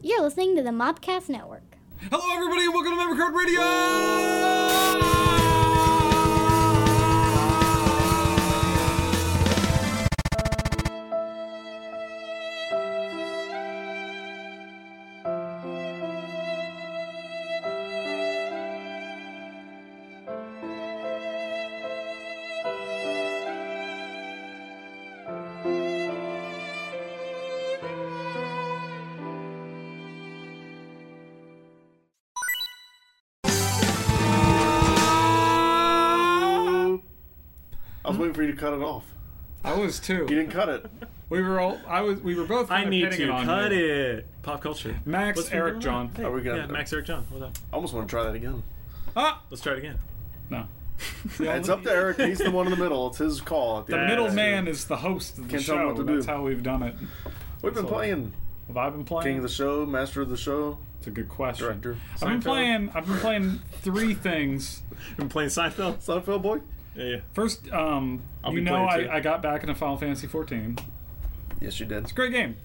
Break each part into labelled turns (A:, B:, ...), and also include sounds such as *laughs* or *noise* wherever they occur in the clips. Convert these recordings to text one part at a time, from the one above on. A: You're listening to the Mobcast Network.
B: Hello, everybody, and welcome to Member Card Radio.
C: I was waiting for you to cut it off.
B: I was
C: You
B: too.
C: didn't cut it.
B: We were all. I was. We were both.
D: I need
B: pinning it
D: to
B: on
D: cut
B: you.
D: it. Pop culture.
B: Max,
D: What's been
B: Eric,
D: going
B: John.
D: on? Hey,
C: Are we gonna-
D: yeah, Max, Eric, John. Hold on.
C: I almost want to try that again.
B: Ah,
D: Let's try it again.
B: no.
C: It's up
B: *laughs*
C: to Eric. He's the one in the middle. It's his call. At the
B: The
C: end.
B: middle man is the host of the
C: Can't tell
B: show.
C: what to do.
B: That's how we've done it.
C: We've been
B: That's all.
C: playing
B: Have I been playing?
C: King of the Show, Master of the Show,
B: It's a good question.
C: Director.
B: I've been
D: Seinfeld.
B: playing. I've been playing three things.
D: Been playing Seinfeld. *laughs*
C: Seinfeld Boy.
D: Yeah, yeah.
B: First, um, you
D: be
B: know,
D: playing two.
B: I, I got back into Final Fantasy 14.
C: Yes, you did.
B: Great game.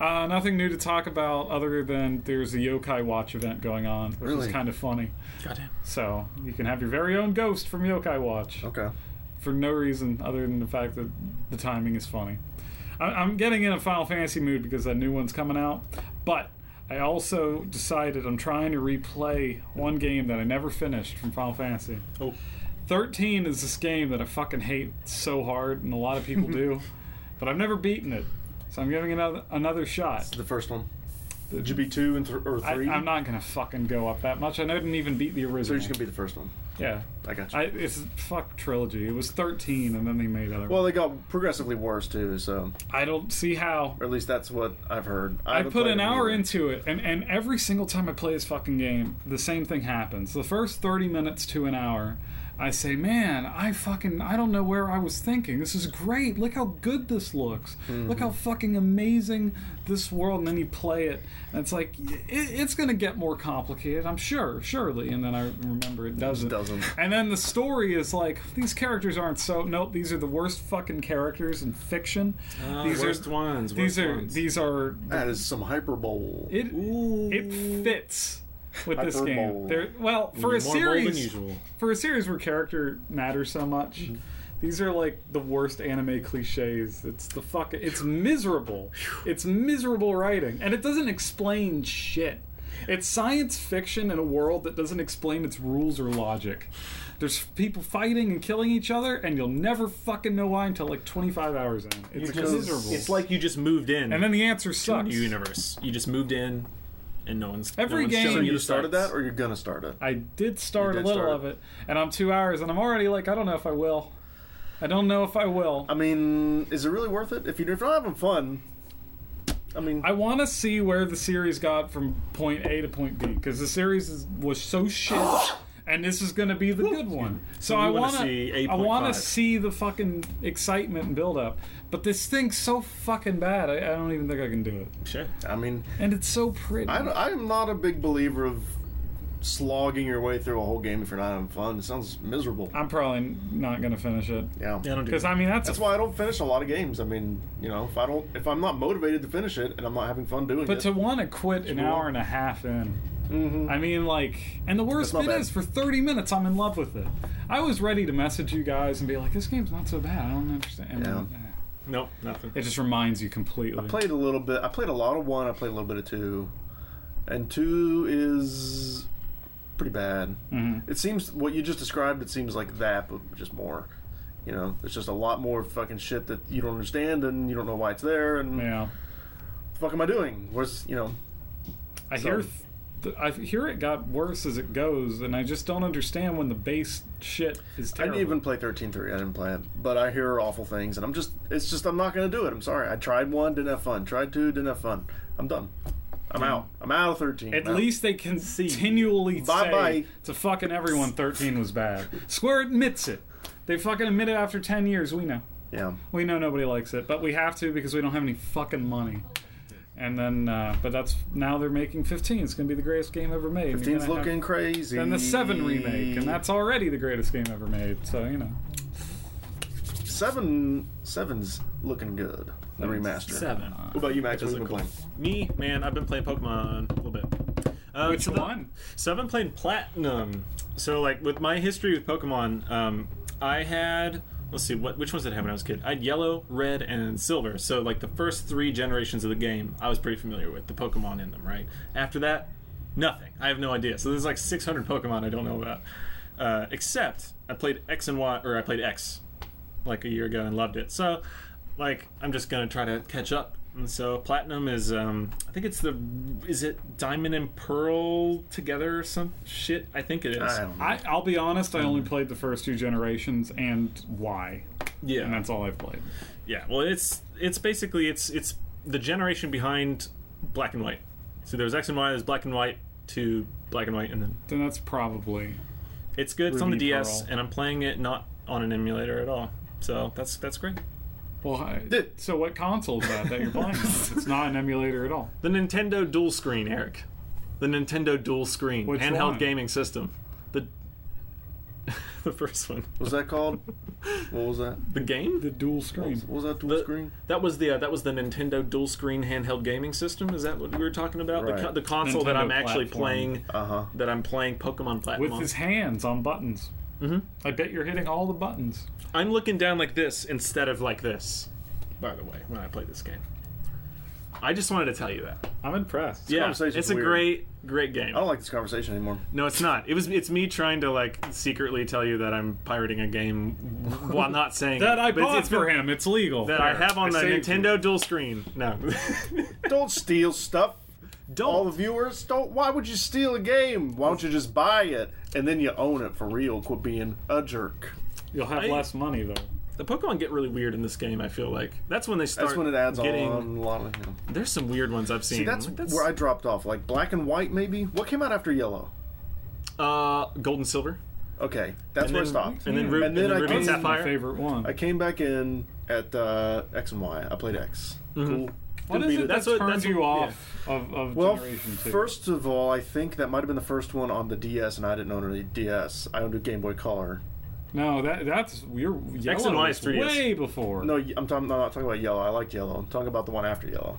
B: Uh, nothing new to talk about other than there's a Yokai Watch event going on, which is
C: Really?
B: kind of funny.
D: Goddamn.
B: So you can have your very own ghost from Yokai Watch
C: Okay.
B: for no reason other than the fact that the timing is funny. I- I'm getting in a Final Fantasy mood because that new one's coming out, but I also decided I'm trying to replay one game that I never finished from Final Fantasy.
D: Oh.
B: 13 is this game that I fucking hate so hard, and a lot of
C: *laughs*
B: people do, but I've never beaten it. So I'm giving it another, another shot.
C: The first one. Did you beat two and th- or
B: I,
C: three?
B: I'm not gonna fucking go up that much. I didn't even beat the
C: So you're
B: original.
C: just gonna be the first one.
B: yeah,
C: I got you.
B: I, it's fuck trilogy. It was 13, and then they made other.
C: well, they got progressively worse too. So,
B: I don't see how.
C: or at least that's what I've heard.
B: I
C: haven't
B: put
C: played
B: an
C: it
B: hour
C: either.
B: into it, and, and every single time I play this fucking game, the same thing happens. The first 30 minutes to an hour, I say, man, I fucking, I don't know where I was thinking. This is great. Look how good this looks. Look how
D: Mm-hmm.
B: fucking amazing this world. And then you play it, and it's like, it, it's going to get more complicated, I'm sure, surely. And then I remember it doesn't.
C: doesn't.
B: And then the story is like, these characters aren't so, nope, these are the worst fucking characters in fiction. these
D: Uh, Ah, worst
B: are,
D: ones.
B: These
D: worst
B: are,
D: ones.
B: these are
C: That is some hyperbole.
B: it
D: Ooh.
B: it fits with this game.
C: Hyperbole.
B: There, well, for a
D: More bold than
B: series,
D: usual. Mm-hmm.
B: for a series where character matters so much, these are like the worst anime cliches. It's the fuck. It's miserable. It's miserable writing, and it doesn't explain shit. It's science fiction in a world that doesn't explain its rules or logic. There's people fighting and killing each other, and you'll never fucking know why until like 25 hours in. It's
D: Because
B: miserable.
D: It's like you just moved in.
B: and then the answer
D: to a new
B: sucks.
D: universe. You just moved in, and no one's
B: Every
D: no one's
B: game-
D: showing
B: So
D: you
C: you
D: the
C: started
D: sights.
C: that, or you're gonna start it?
B: I did start
C: You
B: a
C: did
B: little
C: start.
B: of it, and I'm two hours, and I'm already like, I don't know if I will. I don't know if I will.
C: I mean, is it really worth it if, you, if you're not having fun? I mean,
B: I want to see where the series got from point A to point B because the series is, was so shit, and this is going to be the good one. So, I
D: you wanna
B: want
D: see
B: to, I want to
D: 8.5.
B: see the fucking excitement and build up. But this thing's so fucking bad, I, I don't even think I can do it.
D: Sure.
C: I mean,
B: And it's so pretty.
C: I, I'm not a big believer of slogging your way through a whole game if you're not having fun. It sounds miserable.
B: I'm probably not going to finish it
C: Yeah.
D: Yeah, I don't do
B: because
D: that.
B: I mean that's,
C: That's
B: a
C: why I don't finish a lot of games. I mean, you know, if I don't, if I'm not motivated to finish it and I'm not having fun doing
B: But
C: it,
B: to want to quit an
C: Sure. Mm-hmm.
B: hour and a half in, I mean, like, and the worst
C: That's
B: bit
C: not bad.
B: is for 30 minutes, I'm in love with it. I was ready to message you guys and be like, this game's not so bad. I don't understand. And then,
C: Yeah.
B: eh,
D: Nope. Nothing.
B: it just reminds you completely.
C: I played a little bit. I played a lot of one. I played a little bit of two, and two is pretty bad.
B: Mhm.
C: It seems what you just described. It seems like that, but just more. You know, it's just a lot more fucking shit that you don't understand and you don't know why it's there and
B: Yeah.
C: the fuck am I doing? Where's you know?
B: I
C: So-
B: hear. Th- th- I hear it got worse as it goes, and I just don't understand when the base shit is
C: I
B: terrible.
C: didn't even play 13.3. I didn't play it, but I hear awful things, and I'm just, it's just, I'm not going to do it. I'm sorry. I tried one, didn't have fun. Tried two, didn't have fun. I'm done. I'm out. I'm out of 13.
B: At
C: I'm out.
B: least they continually say
C: Bye-bye.
B: to fucking everyone 13 was bad. Square admits it. They fucking admit it after 10 years. We know.
C: Yeah.
B: We know nobody likes it, but we have to because we don't have any fucking money. And then, uh, but that's now they're making 15. It's going to be the greatest game ever made. and you're
C: 15's
B: gonna have-
C: looking crazy.
B: And the 7 remake, and that's already the greatest game ever made. So, you know.
C: seven seven's looking good. The remaster.
D: Seven.
C: What about you, Max?
D: That
C: What
D: does
C: have you
D: look
C: been playing?
D: Me, man, I've been playing Pokemon a little bit. Uh,
B: Which
D: so the-
B: one?
D: So I've been playing Platinum. So like with my history with Pokemon, um, I had let's see what which ones did I have when I was a kid. I had Yellow, Red, and Silver. So like the first three generations of the game, I was pretty familiar with the Pokemon in them. Right after that, nothing. I have no idea. So there's like 600 Pokemon I don't know about. Uh, except I played X and Y, or I played X like a year ago and loved it. So, like, I'm just gonna try to catch up. And so, platinum is, um, I think it's the, is it diamond and pearl together or some shit? I think it is.
C: I don't know.
B: I, I'll be honest. I only played the first two generations and why,
D: yeah,
B: and that's all I've played.
D: yeah. Well, it's it's basically it's it's the generation behind black and white. So there's X and Y, there's black and white to black and white, and then
B: Then that's probably
D: it's good. it's on the
B: Ruby,
D: DS,
B: Pearl.
D: and I'm playing it not on an emulator at all. So that's that's great.
B: well. I,
C: Th-
B: so what console is that that you're playing? on? If It's not an emulator at all.
D: The Nintendo Dual Screen, Eric. The Nintendo Dual Screen
B: Which
D: handheld
B: one?
D: gaming system. The *laughs* the first one.
C: Was that called? What
B: *laughs*
C: was that?
D: The game
B: The dual screen.
C: What was that dual
D: The-
C: screen?
D: that was the uh, that was the Nintendo Dual Screen handheld gaming system. Is that what we were talking about? The,
C: Right.
D: co- the console that
B: Nintendo
D: I'm actually
B: platform.
D: playing.
C: Uh huh.
D: That I'm playing Pokemon
B: with
D: platform. on.
B: his hands on buttons. Mm-hmm. I bet you're hitting all the buttons.
D: I'm looking down like this instead of like this. By the way, when I play this game, I just wanted to tell you that.
B: I'm impressed.
D: yeah,
C: conversation's
D: it's a
C: weird.
D: great, great game.
C: I don't like this conversation anymore.
D: No, it's not. It was. It's me trying to like secretly tell you that I'm pirating a game while not *laughs* saying
B: That I
D: it. But it's-
B: bought
D: it's
B: for
D: been-
B: him. It's legal.
D: That I have on the
B: saved
D: Nintendo
B: it.
D: Dual Screen. No,
C: Don't steal stuff.
D: don't.
C: All the viewers, don't. Why would you steal a game? Why don't you just buy it and then you own it for real? Quit being a jerk.
B: You'll have
D: I-
B: less money though.
D: *laughs* the Pokemon get really weird in this game. I feel like that's when they start.
C: That's when it adds
D: getting.
C: on a lot of. You know.
D: There's some weird ones I've seen.
C: See, that's,
D: Like,
C: where I dropped off. Like black and white, maybe. What came out after yellow?
D: uh, Gold and Silver,
C: Okay, that's
D: and
C: where
D: then,
C: I stopped.
D: and then,
B: Yeah.
D: Ru-
C: And then I
D: Ruby
C: came-
D: and
B: That's my
D: Sapphire.
B: favorite one.
C: I came back in at uh, X and Y. I played X. Cool.
B: what
C: Didn't
B: is
C: beat
B: it
C: it.
B: that
D: That's Mm-hmm. what-
B: turns
D: that's
B: you
D: what-
B: off of, of
C: Well,
B: Generation Two?
C: first of all, I think that might have been the first one on the DS, and I didn't own any DS. I owned a Game Boy Color.
B: no, that that's you're yellow
D: and Y is
B: was
D: 3DS.
B: way before.
C: No, I'm, talking, I'm not talking about Yellow. I liked Yellow. I'm talking about the one after Yellow.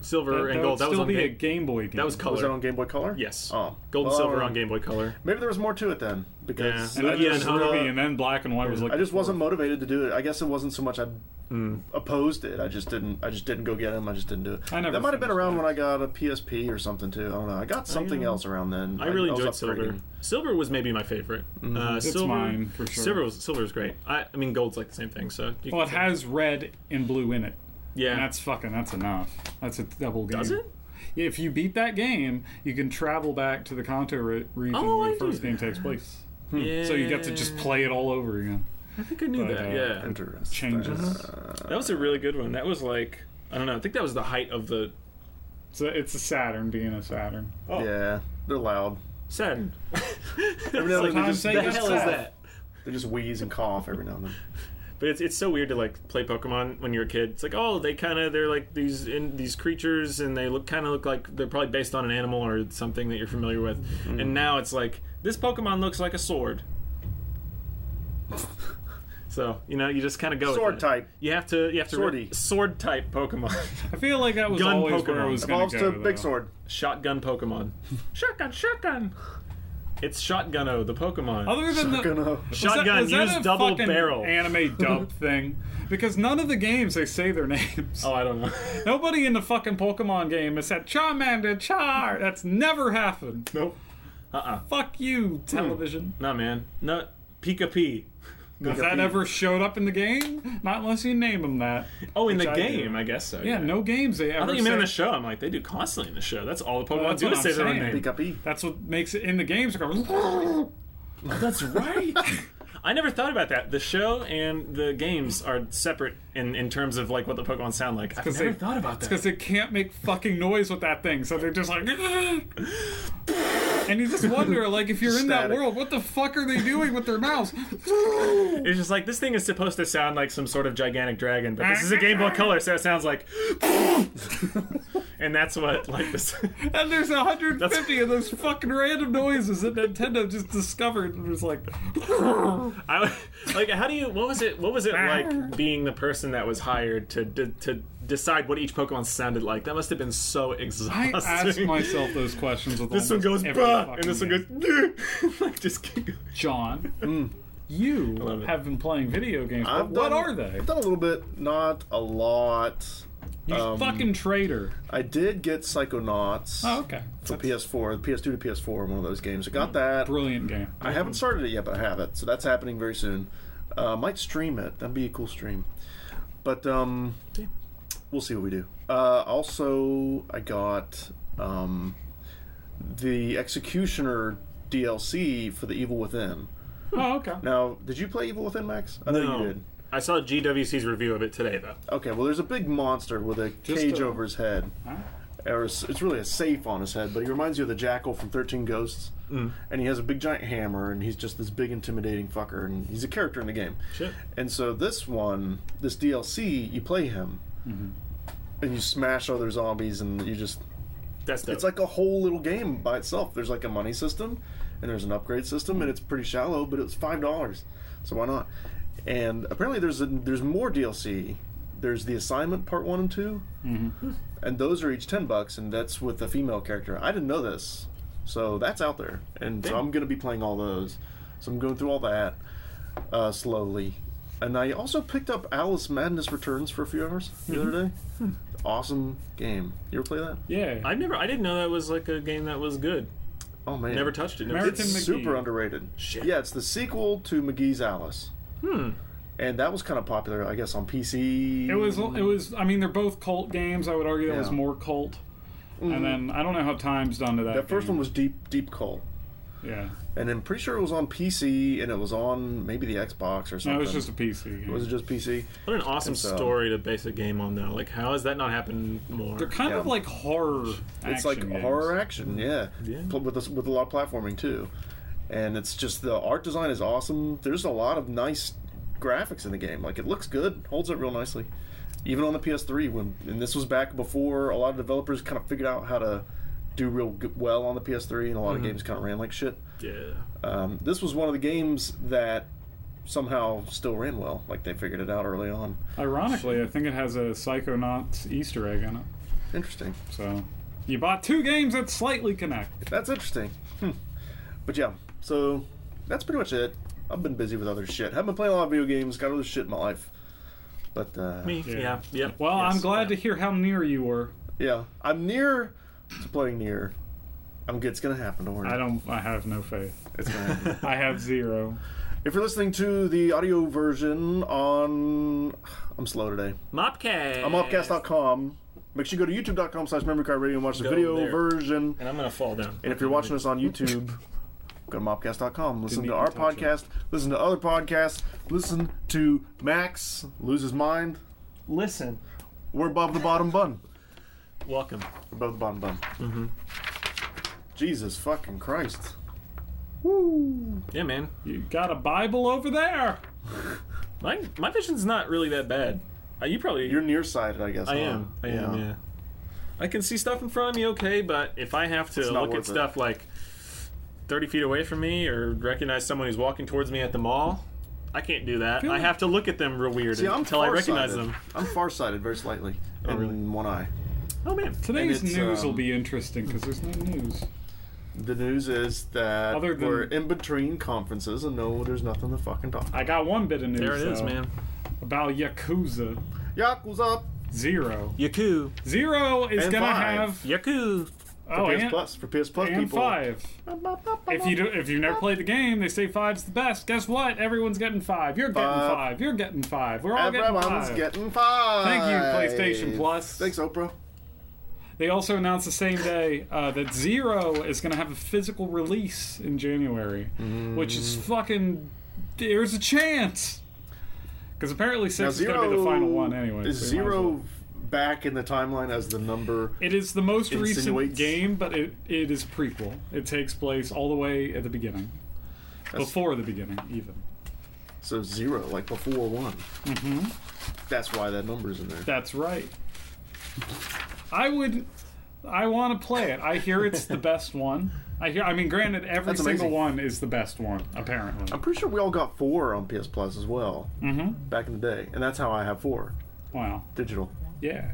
D: Silver
B: that,
D: and
B: would
D: Gold. That
B: still
D: was on
B: be a
D: Game.
B: Game Boy game.
D: That was
C: Was
D: color.
C: that on Game Boy Color?
D: yes.
C: Oh,
D: Gold and
C: Well,
D: Silver on Game Boy Color.
C: Maybe there was more to it then because
D: Yeah.
B: And
C: I,
B: then
D: Yeah,
B: there's
C: just,
D: and
B: Ruby,
C: uh,
B: and then Black and White was like.
C: I just wasn't motivated to do it. I guess it wasn't so much I
B: Hmm.
C: opposed it. I just didn't. I just didn't go get him. I just didn't do it.
B: I never
C: that might have been
B: finished
C: around when I got a PSP or something too. I don't know. I got something else around then.
D: I really enjoyed
C: was
D: silver.
C: upgrading. Mm-hmm.
D: Silver was maybe my favorite. Uh,
B: It's
D: silver,
B: mine, for sure.
D: Silver was silver is great. I, I mean, gold's like the same thing. So you
B: Well, it
D: can-
B: has red and blue in it.
D: yeah.
B: And that's fucking. That's enough. That's a double game.
D: Does it?
B: If you beat that game, you can travel back to the Kanto re- region
D: Oh,
B: where
D: I
B: the first
D: do
B: game takes place. Hmm.
D: yeah.
B: So you get to just play it all over again.
D: I think I knew
B: but,
D: that.
B: uh,
D: yeah,
C: Interesting.
B: Changes.
C: Uh,
D: that was a really good one. That was like I don't know. I think that was the height of the
B: So it's a Saturn being a Saturn.
C: Yeah, they're loud.
D: Saturn. *laughs*
C: Every now and then they
B: Sometimes
C: just,
B: they
D: the
B: get
D: hell is
B: sad.
D: that?
C: they just wheeze and cough every now
B: *laughs*
C: and then.
D: But it's it's so weird to like play Pokemon when you're a kid. It's like oh they kind of they're like these in, these creatures and they look kind of look like they're probably based on an animal or something that you're familiar with. And now it's like this Pokemon looks like a sword. so you know you just kind of go
C: Sword
D: with it.
C: type.
D: You have to you have to re-
C: Swordy.
D: sword type Pokemon, *laughs*
B: I feel like that was
D: Gun
B: always where I
D: Pokemon.
B: was going
C: Evolves
B: to
C: to
B: go.
C: a big
B: though. *laughs*
C: sword.
D: shotgun Pokemon, shotgun shotgun. It's Shotguno the Pokemon.
B: Other than the
C: Gonna-
B: was that-
D: Shotgun
B: was that
D: use
B: a
D: double
B: fucking
D: barrel.
B: anime
D: *laughs*
B: dub thing, because none of the games they say their names.
D: oh I don't know. *laughs*
B: Nobody in the fucking Pokemon game has said Charmander, Char. That's never happened.
D: nope. Uh uh
B: Fuck you, television.
D: No man. No Pika P.
B: Has that ever showed up in the game? Not unless you name them that.
D: Oh, in the
B: I do.
D: game, I guess so.
B: Yeah, no games they ever.
D: I thought you meant in
B: say-
D: the show. I'm like, they do constantly in the show. That's all the Pokemon
B: that's
D: do
B: what
D: is
B: I'm
D: say their own
B: saying.
D: name.
C: Pick up E.
B: That's what makes it in the games. They're going, *laughs*
D: That's right. I never thought about that. The show and the games are separate in, in terms of like what the Pokemon sound like. I've never
B: they-
D: thought about that.
B: because they can't make fucking noise with that thing, so they're just like. *laughs* and you just wonder, like, if you're in that
C: Static.
B: world, what the fuck are they doing with their mouths?
D: It's just like this thing is supposed to sound like some sort of gigantic dragon, but this is a Game Boy Color, so it sounds like. *laughs* and that's what like this.
B: *laughs*
D: *laughs*
B: And there's 150 of those fucking random noises that Nintendo just discovered and was like,
D: I would- like how do you what was it what was it like being the person that was hired to to, to decide what each Pokemon sounded like? That must have been so
B: I
D: exhausting.
B: ask myself those questions with
D: *laughs* This one goes
B: almost every
D: bah,
B: fucking
D: and this one
B: game.
D: goes "Bleh." *laughs* like just keep going.
B: John, you
D: love it.
B: have been playing video games. But
C: I've
B: what
C: done-
B: are they?
C: I've done a little bit, not a lot.
B: You
C: um,
B: fucking traitor.
C: I did get Psychonauts
B: Oh, okay.
C: for
B: That's
C: PS4, PS2 to PS4, one of those games. I got that.
B: a brilliant game.
C: I haven't started it yet, but I have it, so that's happening very soon. Uh, might stream it. That'd be a cool stream. But um,
D: Yeah.
C: we'll see what we do. Uh, also, I got um, the Executioner DLC for the Evil Within.
B: Oh, okay.
C: Now, did you play Evil Within, Max? I know you
D: No.
C: did.
D: I saw GWC's review of it today though.
C: Okay, well, there's a big monster with a
B: Just
C: cage
B: a-
C: over his head.
B: Huh?
C: Or it's it's really a safe on his head, but he reminds you of the jackal from Thirteen Ghosts. Mm. And he has a big giant hammer, and he's just this big intimidating fucker, and he's a character in the game.
D: Shit.
C: And so this one, this DLC, you play him, and you smash other zombies, and you just
D: That's dope.
C: it's like a whole little game by itself. There's like a money system, and there's an upgrade system, and it's pretty shallow, but it's five dollars, so why not? And apparently, there's a, there's more DLC. There's the assignment part one and 2
D: Mm-hmm.
C: and those are each ten bucks, and that's with a female character. I didn't know this, so that's out there, and so
D: Damn.
C: I'm gonna be playing all those. So I'm going through all that uh, slowly. And I also picked up Alice Madness Returns for a few hours the other day.
D: Mm-hmm.
C: Awesome game. You ever play that?
B: Yeah.
D: I never I didn't know that was like a game that was good.
C: Oh man,
D: Never touched it. Never
B: American-
D: It's-
B: McGee.
C: super underrated.
D: Shit.
C: Yeah, it's the sequel to McGee's Alice. Hmm. And that was kind of popular, I guess, on PC.
B: It was. It was. I mean, they're both cult games. I would argue that was
C: Yeah.
B: more cult. And then I don't know how time's done to that.
C: Mm, that first
B: game.
C: one was Deep Deep Coal,
B: Yeah.
C: and I'm pretty sure it was on PC, and it was on maybe the Xbox or something.
B: No, it was just a PC game.
C: Was it just PC?
D: What an awesome
C: It's, um,
D: story to base a game on though. Like how has that not happened more?
B: They're kind of
C: Yeah.
B: like horror.
C: It's like
B: action games.
C: horror action, yeah,
D: Yeah.
C: Pl- with a, with a lot of platforming too, and it's just the art design is awesome. There's a lot of nice graphics in the game. Like it looks good, holds up real nicely, even on the PS3. When and this was back before a lot of developers kind of figured out how to do real g- well on the PS3, and a lot of games kind of ran like shit.
D: Yeah.
C: Um, this was one of the games that somehow still ran well. Like they figured it out early on.
B: Ironically, I think it has a Psychonauts Easter egg in it.
C: Interesting.
B: So, you bought two games that slightly connect.
C: That's interesting. Hmm. But yeah, so that's pretty much it. I've been busy with other shit. Haven't been playing a lot of video games. Got other shit in my life. But uh,
D: Me.
B: Yeah.
D: Yeah. Yeah.
B: Well,
D: Yes.
B: I'm glad to
D: Yeah.
B: hear how near you were.
C: yeah, I'm near to playing near. I'm good. It's gonna happen. Don't worry.
B: I don't. I have no faith.
C: It's
D: *laughs*
C: gonna happen.
B: I have zero.
C: if you're listening to the audio version on, I'm slow today.
D: Mopcast.
C: I'm upcast.com. Make sure you go to youtube.com slash memory card radio and watch the
D: Go
C: video
D: there.
C: version.
D: And I'm gonna fall down.
C: And if you're watching us on YouTube, *laughs* go to mobcast.com. Listen
B: Didn't even
C: to our
B: touch it.
C: podcast. Listen to other podcasts. Listen to Max lose his mind.
D: listen,
C: We're above the bottom bun.
D: welcome.
C: We're above the bottom bun. Mm-hmm. Jesus fucking Christ.
D: Yeah, man.
B: You got a Bible over there.
D: My my vision's not really that bad. Uh, you probably.
C: You're nearsighted, I guess.
D: I
C: huh?
D: am. I am. Yeah. I can see stuff in front of me, okay, but if I have to
C: It's not
D: look at
C: worth it.
D: stuff like 30 feet away from me or recognize someone who's walking towards me at the mall, I can't do that.
B: Feel
D: I
B: like-
D: have to look at them real weird
C: See, I'm
D: until I recognize
C: farsighted.
D: them.
C: I'm farsighted very slightly. in
D: really?
C: one eye.
D: Oh man.
B: Today's
C: it's,
B: news will
C: um,
B: be interesting because there's no news.
C: The news is that
B: Other than-
C: we're in between conferences and no, there's nothing to fucking talk about.
B: I got one bit of news.
D: There it is,
B: though,
D: man.
B: About Yakuza
C: Yakuza up.
B: Zero.
D: Yaku.
B: Zero is
C: And
B: gonna
C: five.
B: have
D: Yaku.
B: oh
C: PS
B: and,
C: Plus. For PS Plus
B: and
C: people.
B: five. If you do, if you've never played the game, they say five's the best. Guess what? Everyone's getting five. You're getting
C: Five.
B: five. You're getting five. We're all
C: Everyone's
B: getting five.
C: getting five.
B: Thank you, PlayStation Plus.
C: Thanks, Oprah.
B: They also announced the same day uh, that Zero is going to have a physical release in January, which is
C: Mm.
B: fucking. There's a chance. Because apparently
C: Now,
B: six is going to be the final one anyway.
C: Is
B: so we might as
C: zero
B: well.
C: back in the timeline as the number?
B: It is the most recent
C: Insinuates.
B: game, but it, it is prequel. It takes place all the way at the beginning, before the beginning even.
C: So zero, like before one. Mm-hmm. That's why that number's in there.
B: That's right. I would. I want to play it. I hear it's the best one. I hear. I mean, granted, every
C: That's
B: single
C: amazing.
B: one is the best one, apparently.
C: I'm pretty sure we all got four on PS Plus as well
B: Mm-hmm.
C: back in the day, and that's how I have four
B: Wow.
C: digital.
B: Yeah.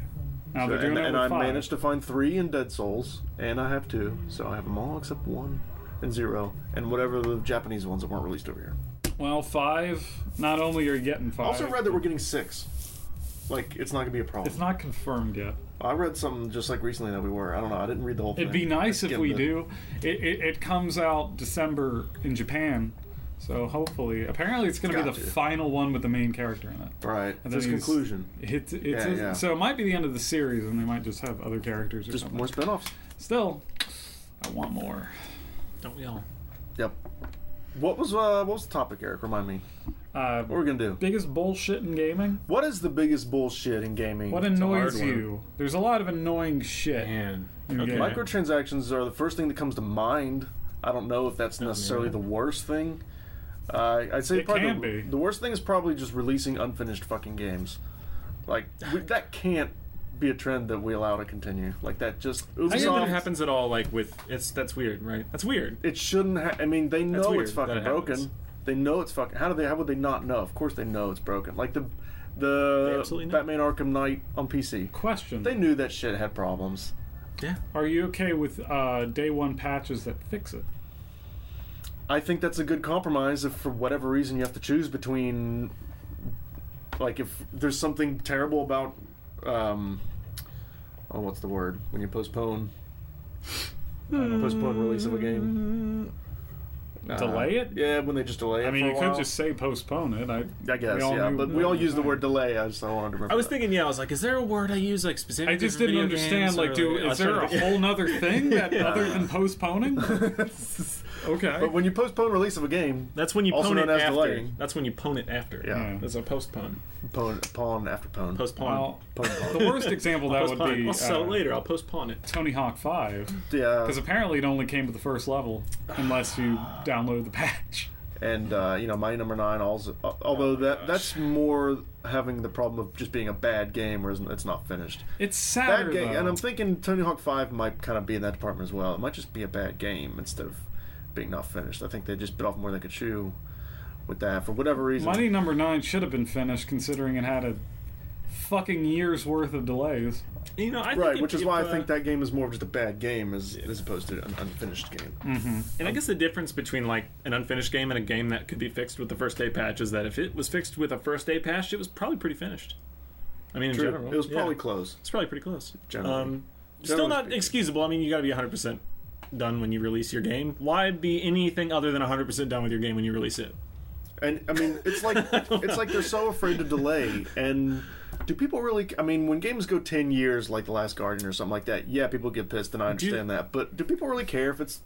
B: Now
C: So-
B: they're doing
C: and
B: it
C: and
B: with
C: I
B: five.
C: managed to find three in Dead Souls, and I have two, so I have them all except one and zero, and whatever the Japanese ones that weren't released over here.
B: Well, five. Not only are you getting five.
C: I also read that we're getting six. Like it's not gonna be a problem.
B: It's not confirmed yet.
C: I read something just like recently that we were. I don't know. I didn't read the whole thing.
B: It'd be nice
C: Just
B: if
C: skimmed
B: we
C: it.
B: do. It, it, it comes out December in Japan, so hopefully. Apparently, it's going to be
C: Got
B: the
C: to.
B: final one with the main character in it.
C: Right.
B: And
C: This
B: then he's-
C: conclusion.
B: It's, it's
C: Yeah, yeah.
B: So it might be the end of the series, and they might just have other characters or
C: Just
B: something.
C: more spin-offs.
B: Still, I want more.
D: Don't we all?
C: Yep. What was uh, what was the topic, Eric? Remind me.
B: Uh,
C: What were we gonna do?
B: biggest bullshit in gaming?
C: What is the biggest bullshit in gaming?
B: What
D: a hard
B: annoys
D: one.
B: you? There's a lot of annoying shit.
D: Man.
B: Okay.
D: Okay.
C: Microtransactions are the first thing that comes to mind. I don't know if
D: Oh,
C: that's necessarily the worst thing. Uh, I'd say
B: It
C: probably
B: can
C: the,
B: be.
C: the worst thing is probably just releasing unfinished fucking games. Like we, that can't be a trend that we allow to continue. Like that just
D: I think that
C: Ubisoft.
D: happens at all. Like with it's that's weird, right? That's weird.
C: it shouldn't. Ha- I mean, they know
D: weird
C: it's
D: that
C: fucking
D: it happens.
C: broken. They know it's fucking. How do they? How would they not know? Of course, they know it's broken. Like the
D: They
C: the
D: absolutely know.
C: Batman Arkham Knight on PC.
B: Question:
C: They knew that shit had problems.
D: Yeah.
B: Are you okay with uh, day one patches that fix it?
C: I think that's a good compromise if for whatever reason you have to choose between like if there's something terrible about um oh what's the word when you postpone I don't know, postpone release of a game Uh,
B: Delay it?
C: yeah when they just delay it
B: I mean,
C: for a
B: you could
C: while.
B: just say postpone it. I,
C: I guess
B: all
C: yeah
B: knew-
C: but we all use the word delay I just I wanted to remember
D: I was
C: that.
D: thinking, yeah, I was like, is there a word I use like specifically?
B: I just
D: for
B: didn't
D: video
B: understand.
D: games,
B: Like,
D: or, uh,
B: do is there a
D: outside of-
B: whole
D: *laughs*
B: nother thing that other than postponing? okay.
C: but when you postpone release of a game
D: That's when you
C: Also
D: pone it
C: known as
D: after.
C: delaying.
D: That's when you pone it after.
C: Yeah.
B: Yeah.
D: That's a postpone.
C: pone, pawn after pone
D: Postpone.
B: well,
C: pone,
B: *laughs*
C: pone.
B: the worst example that would
D: postpone.
B: be
D: I'll sell it
B: uh,
D: later. I'll postpone it.
B: Tony Hawk Five,
C: yeah
B: because apparently it only came with the first level, unless you download the patch.
C: and uh, you know my number nine also uh, although that that's more having the problem of just being a bad game whereas it's not finished
B: It's
C: bad
B: sadder
C: game
B: though.
C: and i'm thinking tony hawk 5 might kind of be in that department as well it might just be a bad game instead of being not finished i think they just bit off more than they could chew with that for whatever reason
B: Money Number Nine should have been finished, considering it had a fucking year's worth of delays.
D: You know, I
C: *laughs*
D: think
C: right
D: if-
C: which is
D: if,
C: why i
D: uh,
C: think that game is more of just a bad game as, as opposed to an unfinished game Um,
D: And I guess the difference between like an unfinished game and a game that could be fixed with the first day patch is that if it was fixed with a first day patch, it was probably pretty finished. I mean, in
C: True.
D: general,
C: it was
D: yeah.
C: probably close
D: It's probably pretty close.
C: Generally.
D: Um,
C: Generally
D: still not
C: speaking.
D: excusable. I mean, you got to be 100% done when you release your game. Why be anything other than 100% done with your game when you release it?
C: And I mean, it's like it's like
B: *laughs*
C: they're so afraid to delay. And do people really? I mean, when games go ten years, like The Last Guardian or something like that, yeah, people get pissed, and I
D: Do you-
C: understand that. But do people really care if it's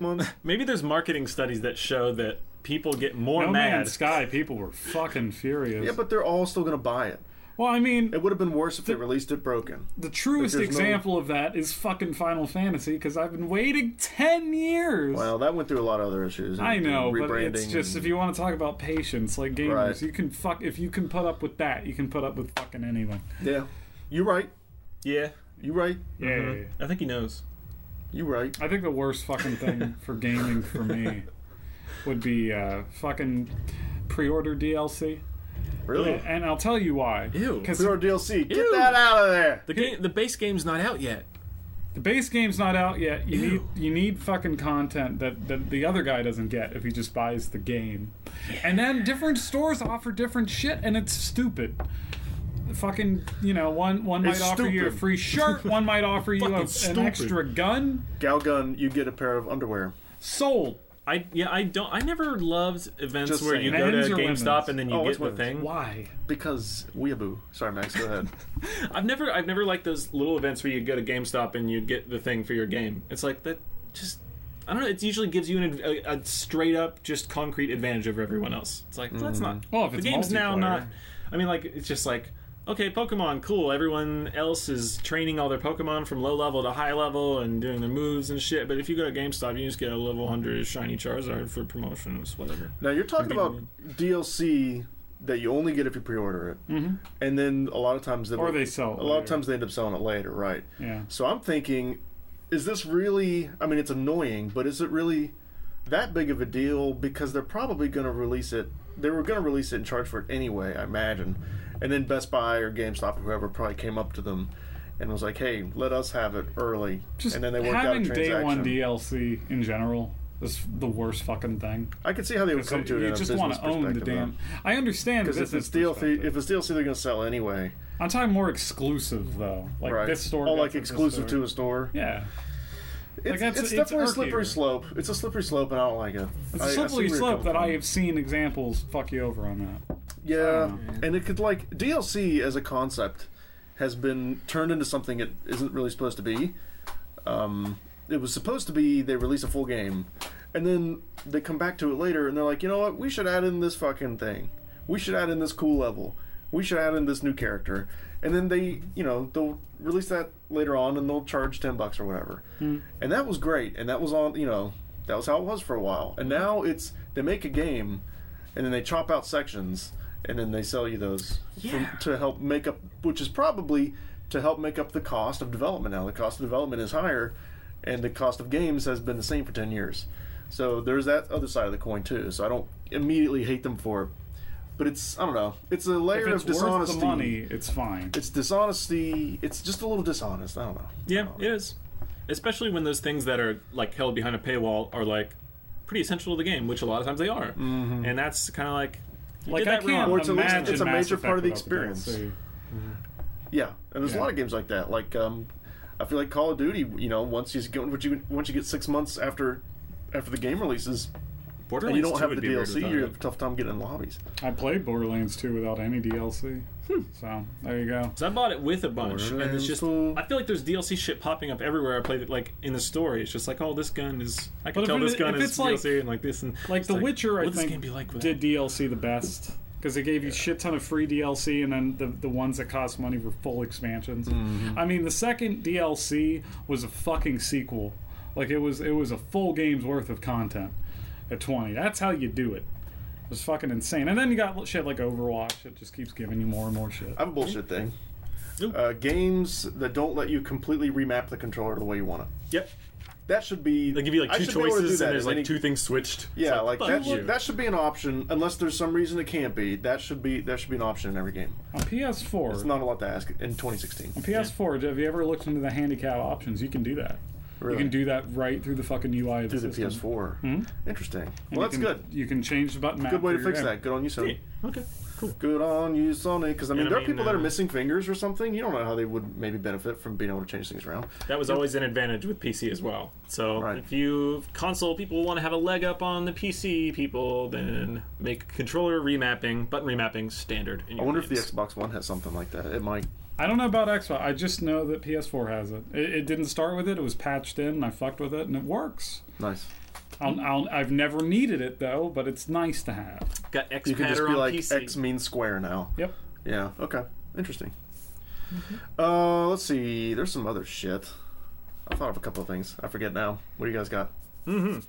B: *laughs*
C: months?
D: Maybe there's marketing studies that show that people get more
B: No
D: mad.
B: Man's Sky people were fucking furious.
C: yeah, but they're all still going to buy it.
B: well, I mean,
C: It would have been worse if they released it broken.
B: the truest
C: there's no-
B: example of that is fucking Final Fantasy because I've been waiting ten years.
C: Well, that went through a lot of other issues. and-
B: I know,
C: and
B: but it's
C: rebranding
B: just
C: and-
B: if you want to talk about patience, like gamers,
C: Right.
B: you can fuck if you can put up with that, you can put up with fucking anything.
C: yeah, you right,
D: yeah. Mm-hmm.
C: you right,
B: Yeah,
D: I think he knows.
C: you right.
B: I think the worst fucking
C: *laughs*
B: thing for gaming for me would be uh, fucking pre-order DLC,
C: Really,
B: and I'll tell you why.
D: Ew.
B: Because
C: pure DLC. Get
D: Ew.
C: that out of there.
D: The game, the base game's not out yet.
B: the base game's not out yet. You need you need fucking content that, that the other guy doesn't get if he just buys the game. And then different stores offer different shit and it's stupid. Fucking, you know, one one might
C: It's
B: offer you a
C: stupid.
B: free shirt, one might offer you a,
D: Fucking
B: an extra gun.
C: Galgun, you get a pair of underwear.
B: Sold.
D: I yeah, I don't. I never loved events
C: Just
D: where
C: saying.
D: you go to
B: Men's or
D: GameStop
B: women's?
D: and then you
C: Oh, it's
D: get the
C: women's.
D: thing.
B: Why?
C: Because weeaboo. Sorry, Max. Go ahead.
D: I've never I've never liked those little events where you go to GameStop and you get the thing for your game. It's like that just I don't know. It usually gives you an, a, a straight up just concrete advantage over everyone else. It's like
C: Mm-hmm.
D: that's not.
B: Well, if
D: the
B: it's
D: game's now
B: multiplayer.
D: not. I mean, like it's just like okay, Pokemon, cool. Everyone else is training all their Pokemon from low level to high level and doing their moves and shit. But if you go to GameStop, you just get a level hundred shiny Charizard for promotions, whatever.
C: Now you're talking about DLC that you only get if you pre-order it, mm-hmm. and then a lot of times they
B: Or they sell it
C: A lot of
B: later.
C: times they end up selling it later, right?
B: Yeah.
C: So I'm thinking is this really? I mean, it's annoying, but is it really that big of a deal? Because they're probably going to release it. They were going to release it and charge for it anyway, I imagine. And then Best Buy or GameStop or whoever probably came up to them and was like, "Hey, let us have it early."
B: Just
C: and then they worked out a
B: having
C: transaction.
B: day one DLC in general is the worst fucking thing.
C: I could see how they would come to it.
B: you
C: in a
B: just
C: business
B: want to own the
C: perspective,
B: damn. I understand
C: Because if
B: business
C: it's DLC,
B: perspective.
C: if it's DLC, they're going to sell anyway,
B: I'm talking more exclusive though, like
C: right?
B: this store.
C: oh,
B: got
C: like
B: to this
C: exclusive
B: store.
C: to a store.
B: Yeah,
C: It's,
B: that's-
C: it's
B: it's
C: definitely a
B: irky.
C: slippery slope. It's a slippery slope, and I don't like it.
B: it's
C: I- I
B: a
C: see where
B: slippery
C: you're
B: slope
C: coming
B: that
C: from.
B: I have seen examples fuck you over on that.
C: Yeah,
B: Um,
C: and it could like DLC as a concept has been turned into something it isn't really supposed to be. Um, it was supposed to be they release a full game, and then they come back to it later and they're like, you know what? We should add in this fucking thing. We should add in this cool level. We should add in this new character. And then they, you know, they'll release that later on and they'll charge ten bucks or whatever. And that was great. And that was on, you know, that was how it was for a while. And now it's they make a game and then they chop out sections and then they sell you those from-
D: Yeah.
C: to help make up which is probably to help make up the cost of development now the cost of development is higher and the cost of games has been the same for 10 years so there's that other side of the coin too so i don't immediately hate them for it but it's i don't know it's a layer
B: If it's
C: of dishonesty
B: worth the money, it's fine.
C: it's dishonesty it's just a little dishonest i don't know
D: Yeah, it is. Especially when those things that are like held behind a paywall are like pretty essential to the game, which a lot of times they are. Mm-hmm. And that's kind of like you
B: like
D: did
B: I
D: that
B: can't
D: wrong.
C: Or it's at least-
B: imagine
C: it's a
B: Mass
C: major part of the
B: Effect without
C: experience.
B: DLC.
C: Yeah, and there's a
B: Yeah.
C: lot of games like that. Like, um, I feel like Call of Duty. You know, once you go, once you once you get six months after after the game releases, and
D: Borderlands
C: you don't
D: 2
C: have
D: would
C: the
D: be weird
C: DLC,
D: without
C: you
D: it.
C: have a tough time getting in lobbies.
B: I played Borderlands 2 without any DLC.
C: Hmm.
B: So there you go.
D: So I bought it with a bunch, and it's
C: Borderlands
D: just
C: two.
D: I feel like there's DLC shit popping up everywhere. I played it like in the story. It's just like, oh, this gun is I can
B: But if
D: tell
B: it-
D: this gun
B: if
D: is
B: it's like-
D: DLC and like this and
B: Like
D: it's
B: The Witcher, I
D: what'd
B: think
D: this game be like with
B: did DLC the best because they gave you shit ton of free DLC, and then the the ones that cost money were full expansions.
D: Mm-hmm.
B: I mean, the second DLC was a fucking sequel. Like it was it was a full game's worth of content at twenty. That's how you do it. It was fucking insane. And then you got shit like Overwatch. It just keeps giving you more and more shit.
C: I have a bullshit thing.
D: Nope.
C: Uh, games that don't let you completely remap the controller the way you want it.
D: Yep,
C: That should be.
D: they give you like
C: I
D: two
C: should be able to do
D: choices
C: that
D: and there's
C: in
D: like
C: any-
D: two things switched. It's
C: Yeah, like,
D: fuck
C: that.
D: you.
C: Should, that should be an option, unless there's some reason it can't be. That should be that should be an option in every game.
B: On PS4,
C: It's not a lot to ask in 2016.
B: On PS4, have you ever looked into the handicap options? You can do that. You
C: Really?
B: can do that right through the fucking UI of
C: Through the
B: system.
C: PS4.
D: Hmm?
C: Interesting.
B: And
C: Well, that's
B: you can,
C: good.
B: You can change the button. map
C: Good way to
B: for your
C: fix
B: game.
C: that. Good on you, Sony.
D: okay, cool.
C: Good on you, Sonic. Because I mean,
D: And I
C: there are
D: mean,
C: people that are
D: uh,
C: missing fingers or something. You don't know how they would maybe benefit from being able to change things around.
D: That was always an advantage with PC as well. So
C: Right.
D: if you console people want to have a leg up on the PC people, then make controller remapping, button remapping standard. In
C: I
D: your
C: wonder if the
D: games.
C: Xbox One has something like that. It might.
B: I don't know about Xbox. I just know that PS4 has it. It, it didn't start with it. It was patched in, and I fucked with it, and it works.
C: Nice.
B: I'll,
C: Hmm.
B: I'll, I've never needed it though, but it's nice to have.
D: got X
C: You can just
D: pattern
C: be
D: on
C: like
D: PC.
C: X means square now.
B: Yep.
C: Yeah. Okay. Interesting.
B: Mm-hmm.
C: Uh, let's see. There's some other shit. I thought of a couple of things. I forget now. What do you guys got?
B: It's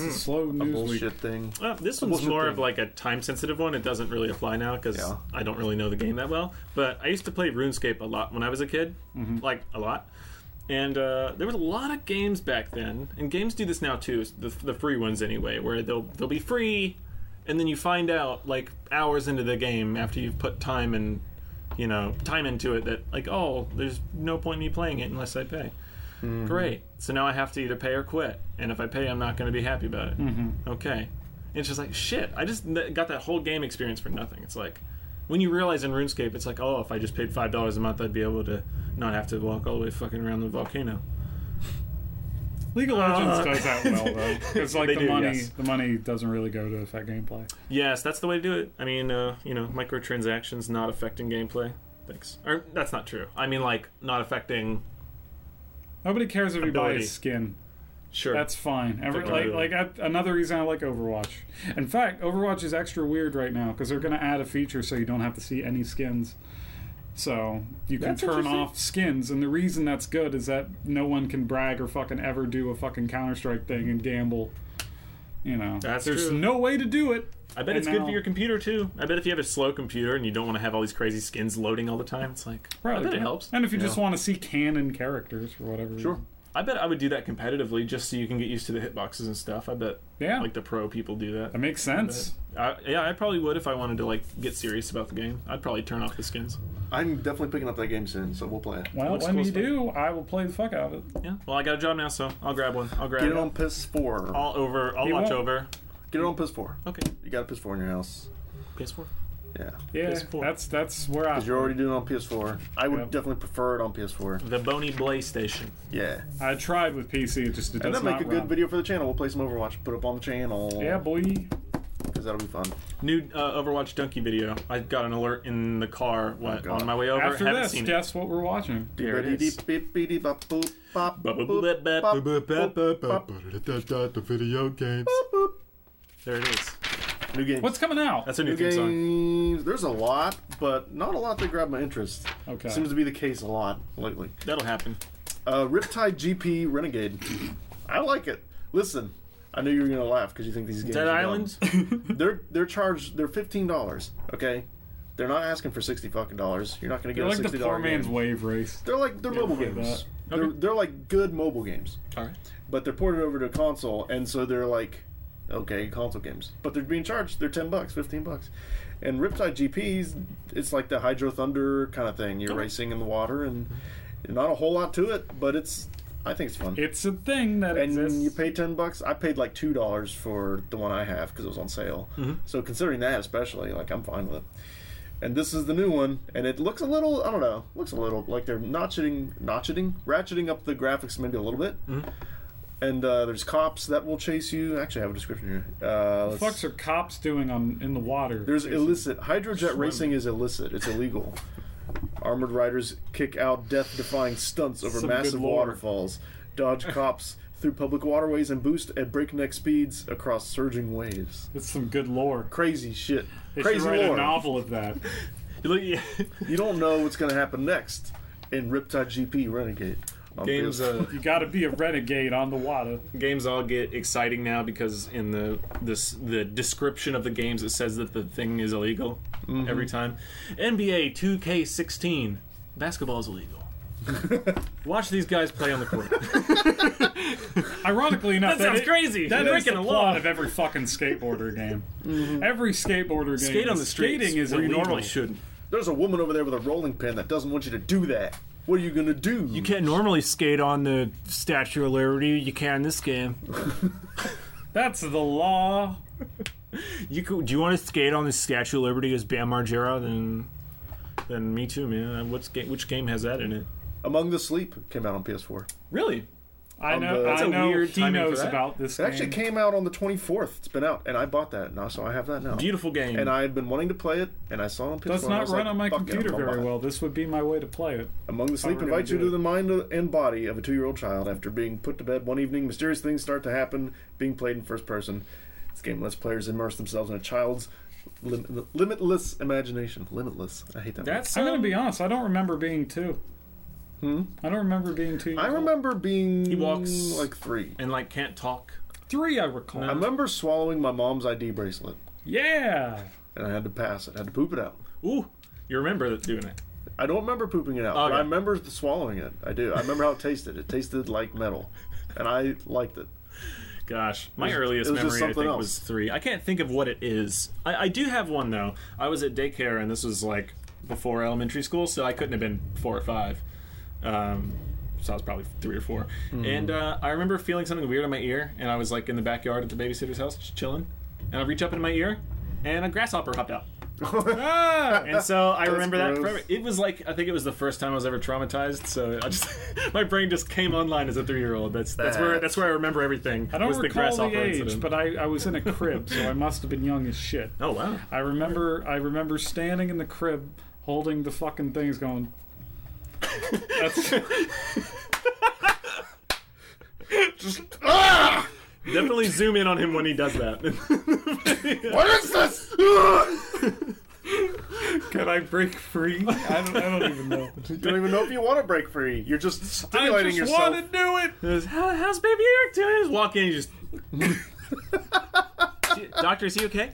B: a slow
C: Hmm. A
B: news
C: bullshit
B: week.
C: thing.
D: Well, this
C: What was
D: one's
C: the
D: more
C: thing?
D: of like a time sensitive one. It doesn't really apply now because
C: Yeah.
D: I don't really know the game that well. But I used to play RuneScape a lot when I was a kid, like a lot. And uh, there was a lot of games back then, and games do this now too. The, the free ones anyway, where they'll they'll be free, and then you find out like hours into the game after you've put time and you know time into it that like oh there's no point in me playing it unless I pay. Great. So now I have to either pay or quit. And if I pay, I'm not going to be happy about it. Mm-hmm. Okay. It's just like, shit, I just n- got that whole game experience for nothing. It's like, when you realize in RuneScape, it's like, oh, if I just paid $5 a month, I'd be able to not have to walk all the way fucking around the volcano.
B: League of
C: Ah.
B: Legends
D: Uh.
B: does that well though.
C: *laughs*
B: It's like
D: They
B: the
D: do,
B: money.
D: yes.
B: The money doesn't really go to affect gameplay.
D: Yes, that's the way to do it. I mean, uh, you know, microtransactions not affecting gameplay. Thanks. Or, that's not true. I mean, like, not affecting.
B: Nobody cares if you buy
D: Ability.
B: a skin.
D: Sure.
B: That's fine. Every,
D: Thank you.
B: like, like I, another reason I like Overwatch. In fact, Overwatch is extra weird right now because they're going to add a feature so you don't have to see any skins. So you can
D: That's
B: turn
D: interesting.
B: off skins, and the reason that's good is that no one can brag or fucking ever do a fucking Counter Strike thing and gamble. You know,
D: That's
B: there's
D: true.
B: no way to do it.
D: I bet
B: And
D: it's good
B: now-
D: for your computer, too. I bet if you have a slow computer and you don't want to have all these crazy skins loading all the time, it's like, I bet it
B: good.
D: helps.
B: And if you just
C: Yeah.
B: want to see canon characters for whatever,
C: Sure.
B: reason.
D: I bet I would do that competitively just so you can get used to the hitboxes and stuff. I bet
B: Yeah.
D: like the pro people do that.
B: That makes sense.
D: I, yeah, I probably would if I wanted to like get serious about the game. I'd probably turn off the skins.
C: I'm definitely picking up that game soon, so we'll play it.
B: Well,
D: looks
B: when
D: cool
B: you
D: as fuck.
B: do, I will play the fuck out of it.
D: Yeah. Well, I got a job now, so I'll grab one. I'll grab
C: Get
D: it.
C: it on PS4.
D: I'll over. I'll
B: He
D: watch
B: won't.
D: over.
C: Get it on PS4.
D: Okay.
C: You got a PS4 in your house.
D: PS4.
C: Yeah.
B: Yeah,
D: PS4.
B: that's that's where I.
C: Because you're already doing it on PS4. I would
B: Yeah.
C: definitely prefer it on PS4.
D: The Bony Blaze Station.
C: Yeah.
B: I tried with PC, it just it
C: And
B: does
C: then
B: not
C: make a good
B: run.
C: video for the channel. We'll play some Overwatch. Put it up on the channel.
B: Yeah, boy.
C: Because that'll be fun.
D: New uh, Overwatch Donkey video. I got an alert in the car what,
C: Oh, God.
D: on my way over.
B: After
D: Haven't
B: this,
D: seen it.
B: guess what we're watching?
D: There it is.
E: The video games.
D: There it is.
C: New games.
B: What's coming out?
D: That's a new
C: New
D: theme song.
C: games. There's a lot, but not a lot that grabbed my interest.
B: Okay.
C: Seems to be the case a lot lately.
D: That'll happen.
C: Uh, Riptide GP Renegade. I like it. Listen, I knew you were gonna laugh because you think these games.
D: Dead
C: are dumb.
D: Island.
C: They're they're charged. They're fifteen dollars. Okay. They're not asking for sixty fucking dollars. You're not gonna get
B: They're
C: a
B: like the
C: sixty
B: poor
C: dollar game.
B: man's wave race.
C: They're like they're mobile
B: like
C: games.
D: that.
C: They're,
D: Okay.
C: they're like good mobile games,
D: *laughs* All right.
C: but they're ported over to console, and so they're like, okay, console games. But they're being charged. They're ten bucks, fifteen bucks. And Riptide GPs, it's like the Hydro Thunder kind of thing. You're racing in the water, and not a whole lot to it, but it's I think it's fun.
B: It's a thing that
C: and
B: exists.
C: you pay ten bucks. I paid like two dollars for the one I have because it was on sale. So considering that, especially, like I'm fine with it. And this is the new one, and it looks a little, I don't know, looks a little like they're notching, notching, ratcheting up the graphics maybe a little bit. And uh, there's cops that will chase you. Actually, I have a description here. Uh, let's-
B: fucks are cops doing on in the water?
C: there's illicit. Hydrojet racing is illicit. It's illegal. Armored riders kick out death-defying stunts over
B: Some good
C: massive
B: lore.
C: waterfalls,
B: *laughs*
C: dodge cops through public waterways, and boost at breakneck speeds across surging waves.
B: That's some good lore.
C: Crazy shit.
B: They should
C: Crazy
B: write
C: lore.
B: a novel of that.
D: You look, yeah.
C: You don't know what's gonna happen next in Riptide GP Renegade. Um, on
D: games.
C: PS4.
D: *laughs* Uh,
B: You got to be a renegade on the water.
D: games all get exciting now because in the this the description of the games it says that the thing is illegal every time. NBA 2K16 basketball is *laughs* illegal. Watch these guys play on the court.
B: Ironically enough,
D: *laughs* That sounds
B: i-
D: crazy.
B: That
D: You're
B: is
D: breaking
B: the
D: the
B: plot
D: law.
B: of every fucking skateboarder game.
C: Mm-hmm.
B: Every skateboarder game.
D: Skate on the streets
B: Skating is
D: where you
B: illegal.
D: normally shouldn't.
C: There's a woman over there with a rolling pin that doesn't want you to do that. What are you gonna do?
F: You can't normally skate on the Statue of Liberty. You can in this game.
B: That's the law.
F: You could, do you want to skate on the Statue of Liberty as Bam Margera? Then,
D: Then me too, man. What's ga- which game has that in it?
C: Among the Sleep came out on PS4.
D: Really?
B: I
C: Um,
B: know.
C: that's
B: I
C: a
B: know.
D: weird
B: He
D: timing for
B: knows
D: that.
B: about this.
C: It actually
B: game.
C: came out on the 24th. It's been out, and I bought that, and I- so I have that now.
D: Beautiful game.
C: and I've been wanting to play it, and I saw it on PS4.
B: Hmm. Does
C: and I
B: not
C: was
B: run
C: like,
B: on my
C: "Fuck it, I'm
B: computer
C: gonna buy
B: very
C: it."
B: well. This would be my way to play it.
C: Among the Sleep
B: we're gonna
C: invites you
B: do
C: to
B: it.
C: the mind and body of a two-year-old child after being put to bed one evening. Mysterious things start to happen, being played in first person. This game lets players immerse themselves in a child's lim- limitless imagination. Limitless. I hate that. word.
D: That's
B: I'm gonna
D: um,
B: be honest. I don't remember being two. Hmm. I don't remember being two.
C: I
B: years old.
C: remember being he
D: walks-
C: like three.
D: and like can't talk.
B: three. I recall.
C: I remember swallowing my mom's ID bracelet,
B: Yeah.
C: and I had to pass it. I had to poop it out.
D: Ooh, you remember that doing it?
C: I don't remember pooping it out, but
B: Oh,
D: Okay.
C: I remember th- swallowing it. I do. I remember how it tasted. It tasted like metal, and I liked it.
D: Gosh, my
C: was-
D: earliest
C: it was just
D: memory I
C: something
D: think
C: else.
D: was three. I can't think of what it is. I, I do have one though. I was at daycare, and this was like before elementary school, so I couldn't have been four or five. Um, so I was probably three or four.
C: Hmm.
D: And uh, I remember feeling something weird in my ear, and I was like in the backyard at the babysitter's house, just chilling. And I reach up into my ear, and a grasshopper
C: *laughs*
D: hopped out.
B: Ah,
D: And so I remember that.
C: gross.
D: Forever. It was like I think it was the first time I was ever traumatized. So I just *laughs* my brain just came online as a three-year-old. That's that's where
C: That-
D: that's where I remember everything.
B: I don't
D: was the
B: recall the,
D: grasshopper
B: age,
D: incident.
B: but I, I was in a crib, so I must have been young as shit.
D: Oh wow!
B: I remember I remember standing in the crib holding the fucking things going *laughs* That's
C: Ah!
D: Definitely zoom in on him when he does that. *laughs*
C: What is this? you
B: can I break free? I don't, I don't even know.
C: don't even know if you want to break free. You're just
B: I
C: stimulating
B: just
C: yourself.
B: want to do it.
D: Goes, "How- how's baby
B: *laughs*
D: *laughs* Eric doing? Just walk in, you just. Doctor, is he okay?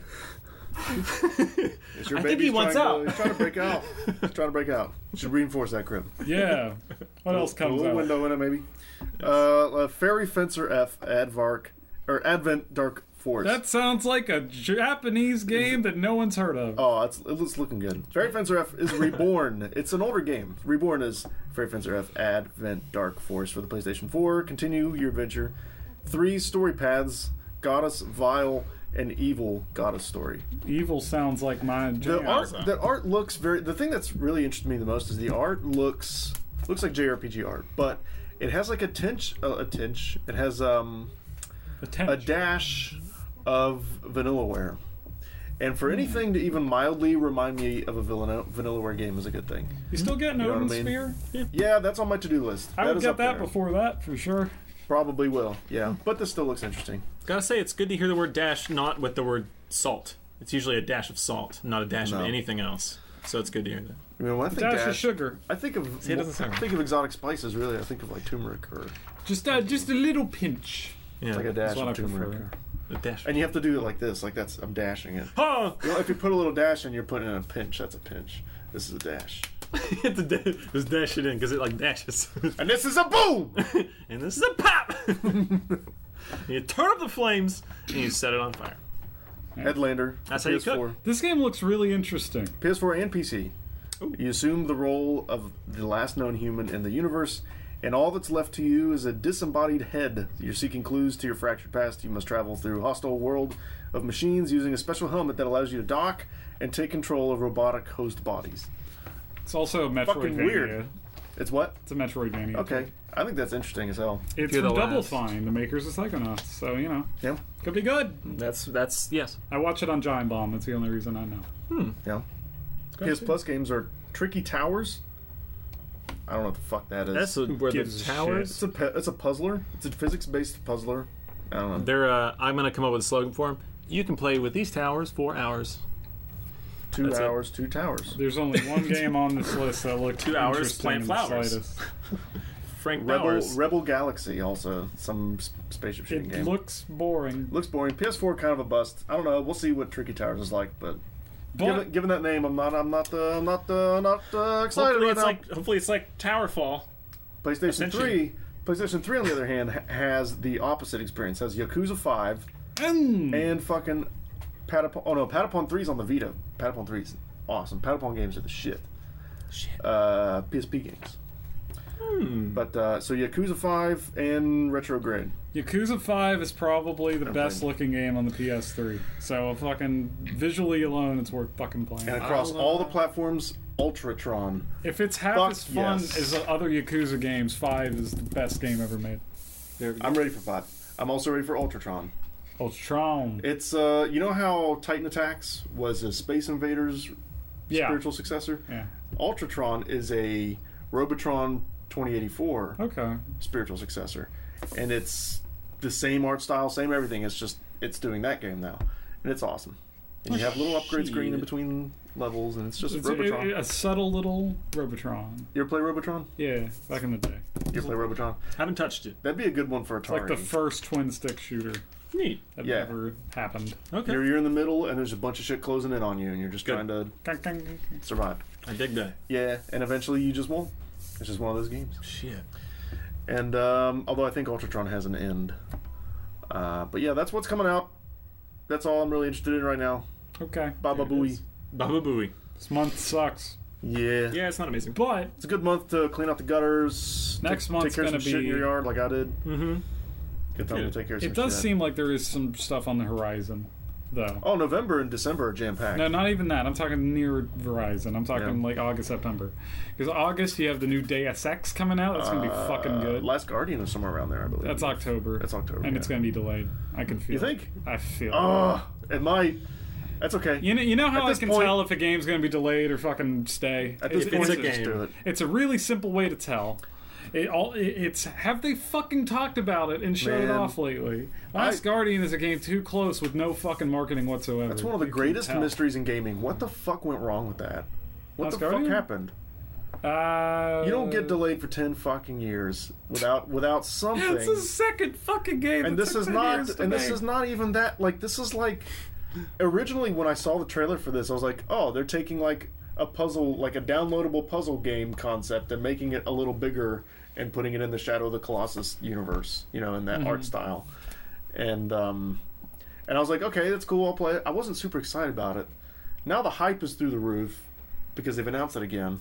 C: Is your
D: I think
C: baby
D: he wants
C: trying
D: out.
C: To, he's trying to break out. He's trying to break out. Should reinforce that crib.
B: Yeah. What else
C: A
B: comes
C: little
B: out?
C: window in it, maybe. Uh, uh, Fairy Fencer F Advark or Advent Dark Forest.
B: That sounds like a Japanese game that no one's heard of.
C: Oh, it's, it's looking good. Fairy Fencer F is Reborn. it's an older game. Reborn is Fairy Fencer F Advent Dark Force for the PlayStation 4. Continue your adventure. Three story paths Goddess, Vile, and Evil Goddess story.
B: Evil sounds like my
C: The
B: jam.
C: art the art looks very. The thing that's really interested me the most is the art looks looks like JRPG art, but it has like a tinge uh, a tinge. It has um a
B: Attention.
C: dash of vanillaware. And for anything to even mildly remind me of a vanilla, vanillaware game is a good thing.
B: You still getting
C: know what I
B: Odin
C: mean?
B: Sphere?
C: Yeah, that's on my to-do list.
B: I would
C: is
B: get
C: up
B: that
C: there.
B: before that for sure.
C: Probably will. Yeah, but this still looks interesting.
D: Gotta say, it's good to hear the word dash not with the word salt. It's usually a dash of salt, not a dash
C: No.
D: of anything else. So it's good to hear that.
C: I mean, when I think
B: Dash,
C: dash,
B: of sugar.
C: I think of
D: it doesn't sound
C: I think of exotic spices. Really, I think of like turmeric or
B: Just uh, just a little pinch.
D: Yeah,
C: like a dash
B: what I
C: of turmeric.
B: prefer.
D: a dash.
C: And you have to do it like this. Like that's I'm dashing it.
D: *laughs* Oh,
C: You know, if you put a little dash in, you're putting in a pinch. That's a pinch. This is a dash.
D: it's a dash. Just dash it in because it like dashes. *laughs*
C: And this is a boom.
B: *laughs*
D: and this is a pop. *laughs* you turn up the flames and you set it on fire.
C: Headlander.
D: That's
C: for
D: how you
C: PS4.
D: cook.
B: This game looks really interesting.
C: PS4 and PC. You assume the role of the last known human in the universe, and all that's left to you is a disembodied head. You're seeking clues to your fractured past. You must travel through hostile world of machines using a special helmet that allows you to dock and take control of robotic host bodies.
B: It's also a Metroidvania.
C: Fucking weird. It's what?
B: It's a Metroidvania.
C: Okay. I think that's interesting as hell.
B: It's
D: You're
B: from
D: the
B: Double
D: last.
B: Fine, the makers of Psychonauts. So you know,
C: Yeah.
B: could be good.
D: That's that's yes.
B: I watch it on Giant Bomb. That's the only reason I know.
C: Yeah. PS Plus games are tricky towers. I don't know what the fuck that is.
D: That's a, where the
B: gives a
D: towers.
C: it's a pe- it's a puzzler. It's a physics based puzzler. I don't know.
D: They're. Uh, I'm gonna come up with a slogan for them. You can play with these towers for hours.
C: Two
D: That's it.
C: hours, two towers.
B: There's only
C: *laughs*
B: one game on this list that looked
D: Two hours,
B: interesting
D: plant
B: in the
D: flowers.
B: slightest.
D: Frank
C: Rebel,
D: Bowers.
C: Rebel Galaxy also some s- spaceship shooting
B: It
C: game.
B: looks boring,
C: Looks boring. PS4 kind of a bust. I don't know. We'll see what Tricky Towers is like, but,
B: but
C: given, given that name, I'm not I'm not uh, I'm not uh, not uh, excited
D: hopefully
C: right
D: it's
C: now.
D: like hopefully it's like Towerfall.
C: PlayStation
D: Ascension.
C: 3. PlayStation 3 on the other hand ha- has the opposite experience. Has Yakuza 5
D: Hmm.
B: Mm.
C: and fucking Patapon. Oh no, Patapon 3's on the Vita. Patapon 3's awesome. Patapon games are the shit.
D: Shit. Hmm.
C: Uh, PSP games. But uh, so Yakuza 5 and Retrograde.
B: Yakuza 5 is probably the best looking game on the PS3. So uh, fucking visually alone, it's worth fucking playing.
C: And across all the platforms, Ultratron.
B: If it's half
C: Fuck
B: as fun
C: yes.
B: as the other Yakuza games, 5 is the best game ever made.
C: I'm ready for five. I'm also ready for Ultratron.
B: Ultron.
C: It's uh, you know how Titan Attacks was a Space Invaders
B: yeah.
C: spiritual successor.
B: Yeah.
C: Ultratron is a Robotron 2084
B: Okay.
C: spiritual successor, and it's the same art style, same everything. It's just it's doing that game now, and it's awesome. And you have little upgrade screen in between levels, and it's just
B: Oh, It's a,
C: Robotron.
B: a subtle little Robotron.
C: you ever play Robotron?
B: Yeah, back in the day.
C: You ever play Robotron?
D: Haven't touched it.
C: That'd be a good one for
B: Like
C: Atari.
B: the first twin stick shooter
D: Neat.
B: that
C: Yeah.
B: never happened.
D: Okay.
C: You're, you're in the middle, and there's a bunch of shit closing in on you, and you're just
D: Good.
C: trying to
B: Gang, gang, gang, gang.
C: survive.
D: I dig that.
C: Yeah, and eventually you just won't. It's just one of those games.
D: Shit.
C: And um, although I think Ultratron has an end, uh, but yeah, that's what's coming out. That's all I'm really interested in right now.
B: Okay.
C: Baba Booey.
D: Baba Booey.
B: This month sucks.
C: Yeah.
D: Yeah, it's not amazing.
B: But
C: it's a good month to clean out the gutters.
B: Next
C: take,
B: month's
C: take care of some
B: gonna
C: shit in
B: be-
C: your yard, like I did.
D: Mm-hmm.
C: Good time
D: Yeah.
C: to take care of some
B: it does
C: shit.
B: seem like there is some stuff on the horizon, though.
C: Oh, November and December are jam packed.
B: No, not even that. I'm talking near Verizon. I'm talking
C: Yeah.
B: like August, September. Because August, you have the new Deus Ex coming out. That's gonna be fucking good.
C: Uh, Last Guardian is somewhere around there, I believe.
B: That's October.
C: That's October,
B: and it's
C: yeah.
B: gonna be delayed. I can feel.
C: You
B: it.
C: think?
B: I feel. it.
C: Oh, and my. That's okay.
B: You know, you know how I
C: this
B: can
C: point-
B: tell if a game's gonna be delayed or fucking stay.
C: At this
B: If
C: point,
B: it's,
D: a
C: just
D: game.
C: do it.
B: it's a really simple way to tell. It all it, it's have they fucking talked about it and showed it
C: Man.
B: off lately? Last
C: I-
B: Guardian is a game too close with no fucking marketing whatsoever.
C: It's one of the
B: You can
C: greatest
B: tell.
C: mysteries in gaming. What the fuck went wrong with that? What
B: Last
C: the
B: Guardian?
C: fuck happened?
B: Uh,
C: You don't get delayed for ten fucking years without
B: *laughs*
C: without something.
B: It's the second fucking game.
C: and
B: that
C: this
B: took
C: is
B: 10
C: not
B: years to
C: and this
B: make.
C: is not even that like this is like originally when I saw the trailer for this, I was like, oh, they're taking like a puzzle, like a downloadable puzzle game concept, and making it a little bigger and putting it in the Shadow of the Colossus universe, you know, in that
B: Mm-hmm.
C: art style. And um, and I was like, okay, that's cool. I'll play it. I wasn't super excited about it. Now the hype is through the roof because they've announced it again.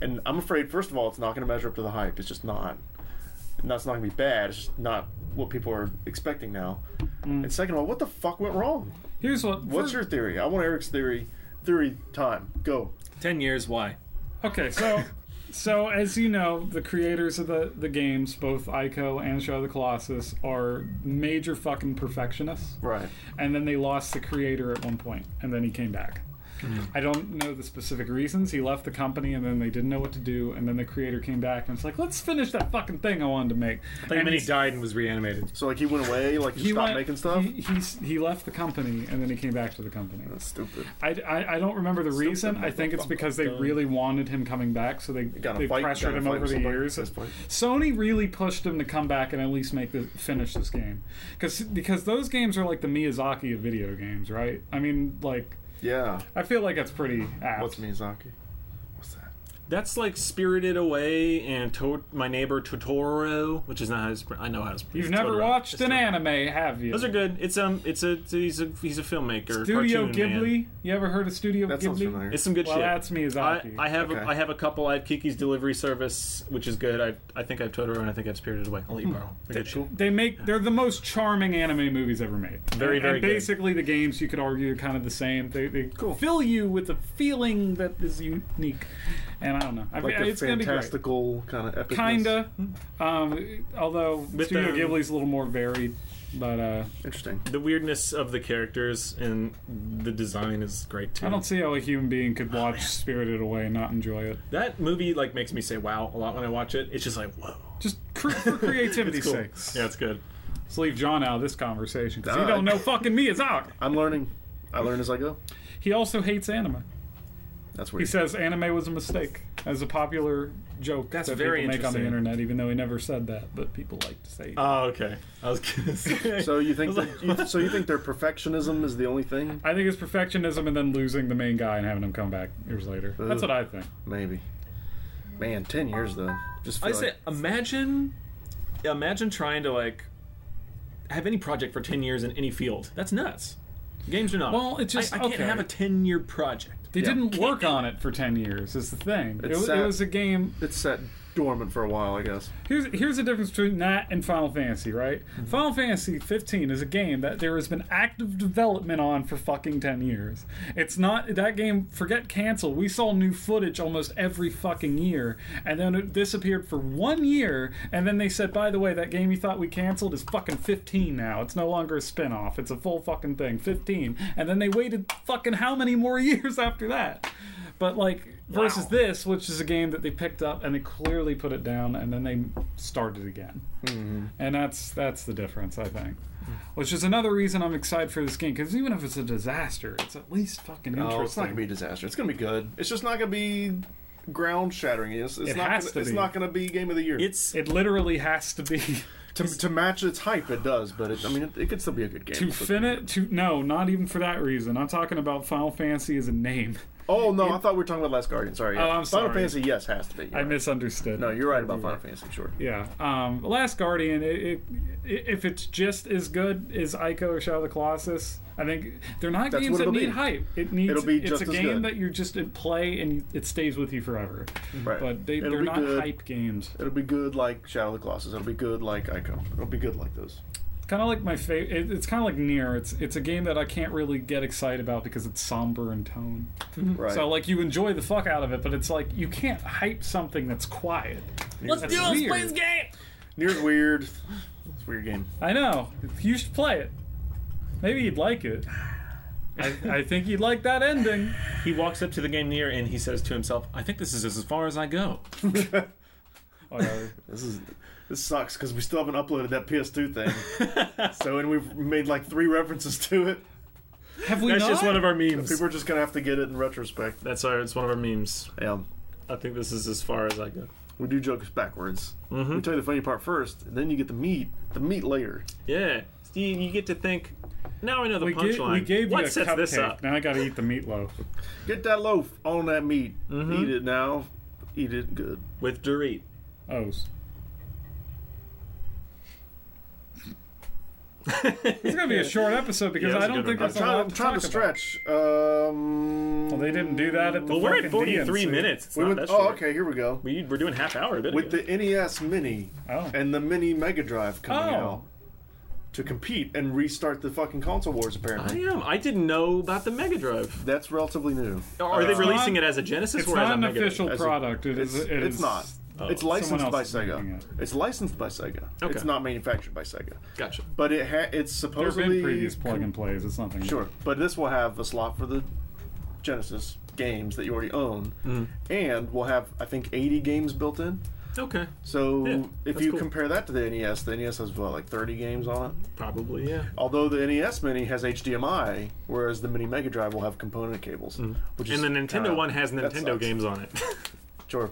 C: And I'm afraid, first of all, it's not going to measure up to the hype. It's just not. And that's not going to be bad. It's just not what people are expecting now. And second of all, what the fuck went wrong?
B: Here's what.
C: What's
B: Mm. for-
C: your theory? I want Eric's theory. Theory time. Go.
D: Ten years, why?
B: Okay, so
C: *laughs*
B: so as you know, the creators of the the games, both Ico and Shadow of the Colossus, are major fucking perfectionists.
C: Right.
B: And then they lost the creator at one point, and then he came back.
C: Mm.
B: I don't know the specific reasons. He left the company, and then they didn't know what to do, and then the creator came back and it's like, let's finish that fucking thing I wanted to make.
D: And
B: and
D: then he
B: he's-
D: died and was reanimated.
C: So like he went away, like he
B: he
C: stopped
B: went-
C: making stuff.
B: He, he's, he left the company, and then he came back to the company.
C: That's stupid.
B: I, I, I don't remember the reason. I think it's because they really wanted him coming back, so they,
C: Got
B: they
C: to fight.
B: pressured
C: gotta
B: him
C: fight
B: over
C: with
B: the
C: somebody
B: years.
C: at this point.
B: Sony really pushed him to come back and at least make the finish this game, because because those games are like the Miyazaki of video games, right? I mean, like
C: Yeah.
B: I feel like that's pretty apt.
C: What's Miyazaki? What's that?
D: That's like Spirited Away and to- My Neighbor Totoro, which is not how it's. Pr- I know how it's.
B: You've never watched an anime, have you?
D: Those are good. It's um, it's a he's a he's a filmmaker.
B: Studio
D: cartoon man.
B: Ghibli. You ever heard of Studio
C: That sounds familiar.
B: Ghibli?
D: It's some good
B: Well,
D: shit.
B: that's Miyazaki.
D: I, I have
C: Okay.
D: I have a couple. I have Kiki's Delivery Service, which is good. I I think I have Totoro and I think I have Spirited Away. Hmm. I'll let you borrow. They're good shit.
B: They make they're the most charming anime movies ever made.
D: Very,
B: And-
D: very
B: And
D: good.
B: basically, the games you could argue are kind of the same. They, they fill you with a feeling that is unique. And I don't know. I,
C: Like
B: I-
C: a
B: it's gonna be great.
C: fantastical kind of epic.
B: Kinda, um, although Studio
D: um,
B: Ghibli's a little more varied. But uh,
C: Interesting.
D: The weirdness of the characters and the design is great too.
B: I don't see how a human being
D: Oh,
B: could watch Spirited Away and not enjoy it.
D: That movie like makes me say wow a lot when I watch it. It's just like whoa.
B: Just cr-
D: *laughs*
B: for creativity's
D: It's cool.
B: sake.
D: Yeah, it's good.
B: Let's leave John out of this conversation because
C: Nah.
B: he don't know fucking Miyazaki.
C: I'm learning. I learn as I go.
B: He also hates anime.
C: That's weird.
B: He says anime was a mistake as a popular joke
D: That's
B: that
D: very
B: people make on the
D: interesting.
B: internet, even though he never said that, but people like to say.
D: Oh, okay. I was gonna *laughs* say.
C: so you think that,
B: *laughs*
C: you, so you think their perfectionism is the only thing?
B: I think it's perfectionism and then losing the main guy and having him come back years later. That's
C: Ugh.
B: what I think.
C: Maybe. Man, ten years though. Just feel
D: I say,
C: like-
D: imagine, imagine trying to like have any project for ten years in any field. That's nuts. Games are not.
B: Well, it's just-
D: I, I can't
B: okay.
D: have a ten-year project.
B: They
C: Yeah.
B: didn't work on it for 10 years, is the thing. It,
C: It's
B: wa- it
C: sad.
B: was a game.
C: it's sat dormant for a while, I guess.
B: Here's, here's the difference between that and Final Fantasy, right? Final Fantasy 15 is a game that there has been active development on for fucking 10 years. It's not that game, forget cancel. We saw new footage almost every fucking year, and then it disappeared for one year, and then they said, by the way, that game you thought we canceled is fucking 15 now. It's no longer a spin off, it's a full fucking thing. 15. And then they waited fucking how many more *laughs* years after that? But like versus this, which is a game that they picked up and they clearly put it down and then they started again. And that's that's the difference, I think. Which is another reason I'm excited for this game because even if it's a disaster, it's at least fucking interesting.
C: No, Oh, it's not gonna be a disaster. It's gonna be good. It's just not gonna be ground shattering. It's, it's
B: It
C: not.
B: has
C: Gonna,
B: to
C: it's
B: be.
C: not gonna be game of the year.
D: It's
B: It literally has to be *laughs*
C: to, to match its hype. It does, but it, I mean, it, it could still be a good game.
B: to
C: So-
B: finish. To no, not even for that reason. I'm talking about Final Fantasy as a name.
C: oh no, I thought we were talking about Last Guardian. Sorry.
B: Oh, I'm sorry.
C: Final Fantasy, yes, has to be. You're
B: I
C: right.
B: misunderstood.
C: No, you're right about Final Fantasy. Sure.
B: Yeah. Um, Last Guardian, it, it, i- if it's just as good as Ico or Shadow of the Colossus, I think they're not
C: That's
B: games
C: what
B: that
C: it'll
B: need
C: be.
B: hype. It needs.
C: It'll be
B: it's
C: just
B: a
C: as
B: game
C: good.
B: that you just play and you, it stays with you forever.
C: Right.
B: But they,
C: Mm-hmm. It'll
B: they're not
C: be good.
B: hype games.
C: It'll be good like Shadow of the Colossus. It'll be good like Ico. It'll be good like those.
B: Kind of like my favorite. It, it's kind of like Nier. It's it's a game that I can't really get excited about because it's somber in tone.
C: Right.
B: Mm. So like you enjoy the fuck out of it, but it's like you can't hype something that's quiet.
D: let's
B: That's
D: do it. Let's
B: weird.
D: play this game.
C: Near's weird. It's a weird game.
B: I know. You should play it. Maybe you'd like it. I, I think you'd like that ending.
D: He walks up to the game near and he says to himself, "I think this is as far as I go."
B: Whatever.
C: This is this sucks because we still haven't uploaded that
B: *laughs*
C: PS2 thing. so and we've made like three references to it.
B: Have we
D: That's
B: not?
D: just one of our memes.
C: People are just gonna have to get it in retrospect.
D: That's our. It's one of our memes.
C: Yeah.
D: I think this is as far as I go.
C: We do jokes backwards.
D: Mm-hmm.
C: We tell you the funny part first, and then you get the meat. The meat later.
D: Yeah. You, you get to think. now I know the
B: We, gave
D: punchline.
B: we gave you
D: what
B: a
D: sets
B: cupcake.
D: this up?
B: Now I gotta eat the meatloaf.
C: Get that loaf on that meat.
D: Mm-hmm.
C: Eat it now. Eat it good.
D: With Dorit.
B: O's. It's gonna be a short episode because
D: Yeah,
B: I
D: that's a
B: don't
D: good
B: think
C: I'm
D: one.
B: that's a
C: trying,
B: lot
C: I'm
B: to
C: trying to
B: talk about.
C: stretch. Um,
B: Well, they didn't do that at the.
D: Well, we're
B: fucking
D: at 43
B: DNC.
D: minutes. It's
C: we
D: not
C: went,
D: that
C: oh,
D: short.
C: okay, here we go.
D: We, we're doing half hour a bit
C: With
D: ago.
C: the NES Mini
B: Oh.
C: and the Mini Mega Drive coming
B: Oh.
C: out to compete and restart the fucking console wars,
D: I
C: apparently.
D: am. I didn't know about the Mega Drive.
C: That's relatively new.
D: Are they
B: It's
D: releasing
B: not-
D: it as a Genesis
B: It's
D: or as
B: not
D: a
B: an
D: Mega
B: official
C: As a-
B: product. It
C: It's,
B: is. it
C: it's
B: is- Oh.
C: not. it's
B: Someone
C: licensed
B: else
C: by
B: is making
C: Sega.
B: it.
C: It's licensed by Sega.
D: Okay.
C: It's not manufactured by Sega.
D: Drive? Gotcha.
C: But it ha- it's
B: There have
C: supposedly
B: been previous plug and plays. It's nothing. new.
C: Sure, but this will have a slot for the Genesis games that you already own,
D: Mm-hmm.
C: and we'll have I think 80 games built in.
D: Okay.
C: So
D: Yeah,
C: if
D: that's
C: you
D: cool.
C: compare that to the NES, the NES has what like 30 games on it.
D: Probably, yeah.
C: Although the NES Mini has HDMI, whereas the Mini Mega Drive will have component cables. Which
D: Mm-hmm. And the Nintendo
C: uh,
D: one has
C: that
D: Nintendo
C: sucks.
D: games on it. *laughs*
C: Sure.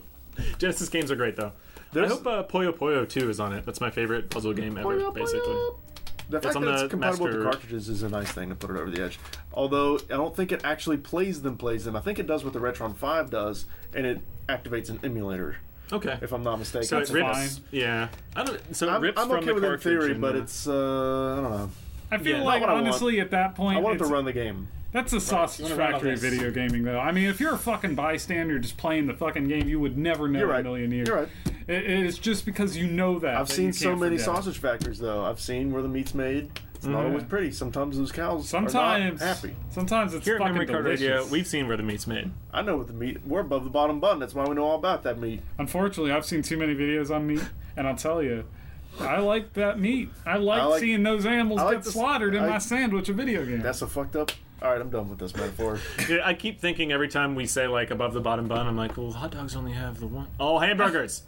D: Genesis games are great, though.
C: There's-
D: I hope uh, Puyo Puyo 2 is on it. That's my favorite puzzle game ever, basically.
C: The fact
D: on
C: that it's
D: the
C: compatible with the
D: master-
C: cartridges is a nice thing to put it over the edge. Although I don't think it actually plays them, plays them. I think it does what the Retron 5 does, and it activates an emulator,
D: Okay.
C: if I'm not mistaken.
D: so it rips.
B: fine.
D: Yeah. I don't, so it
C: I'm,
D: rips
C: I'm
D: from
C: okay
D: the
C: with it in
D: cartridge.
C: theory,
D: and,
C: but
D: uh,
C: it's uh, I don't know.
B: I feel
D: Yeah, not
B: like
C: what I want.
B: honestly at that point,
C: I want it
B: it's-
C: to run the game.
B: That's a sausage
D: wanna run all
B: factory
D: this.
B: video gaming, though. I mean, if you're a fucking bystander just playing the fucking game, you would never know
C: You're
B: in
C: right.
B: a million years.
C: You're right.
B: It, it's just because you know that.
C: I've
B: that
C: seen
B: you
C: so
B: can't
C: many
B: forget.
C: sausage factories though. I've seen where the meat's made. It's not
D: Mm.
C: always pretty. Sometimes those cows are not
B: Sometimes,
C: happy.
B: sometimes it's
D: Here at
B: fucking
D: Memory Card
B: delicious.
D: Radio, we've seen where the meat's made.
C: I know with the meat, we're above the bottom bun. That's why we know all about that meat.
B: Unfortunately, I've seen too many videos on meat, and I'll tell you, I like that meat. I like,
C: like-
B: seeing those animals
C: I like
B: get
C: this-
B: slaughtered in
C: I-
B: my sandwich of video game.
C: That's so fucked up. All right, I'm done with this metaphor.
D: Yeah, I keep thinking every time we say like above the bottom bun, I'm like, well, hot dogs only have the one. Oh,
C: *laughs*
D: hamburgers!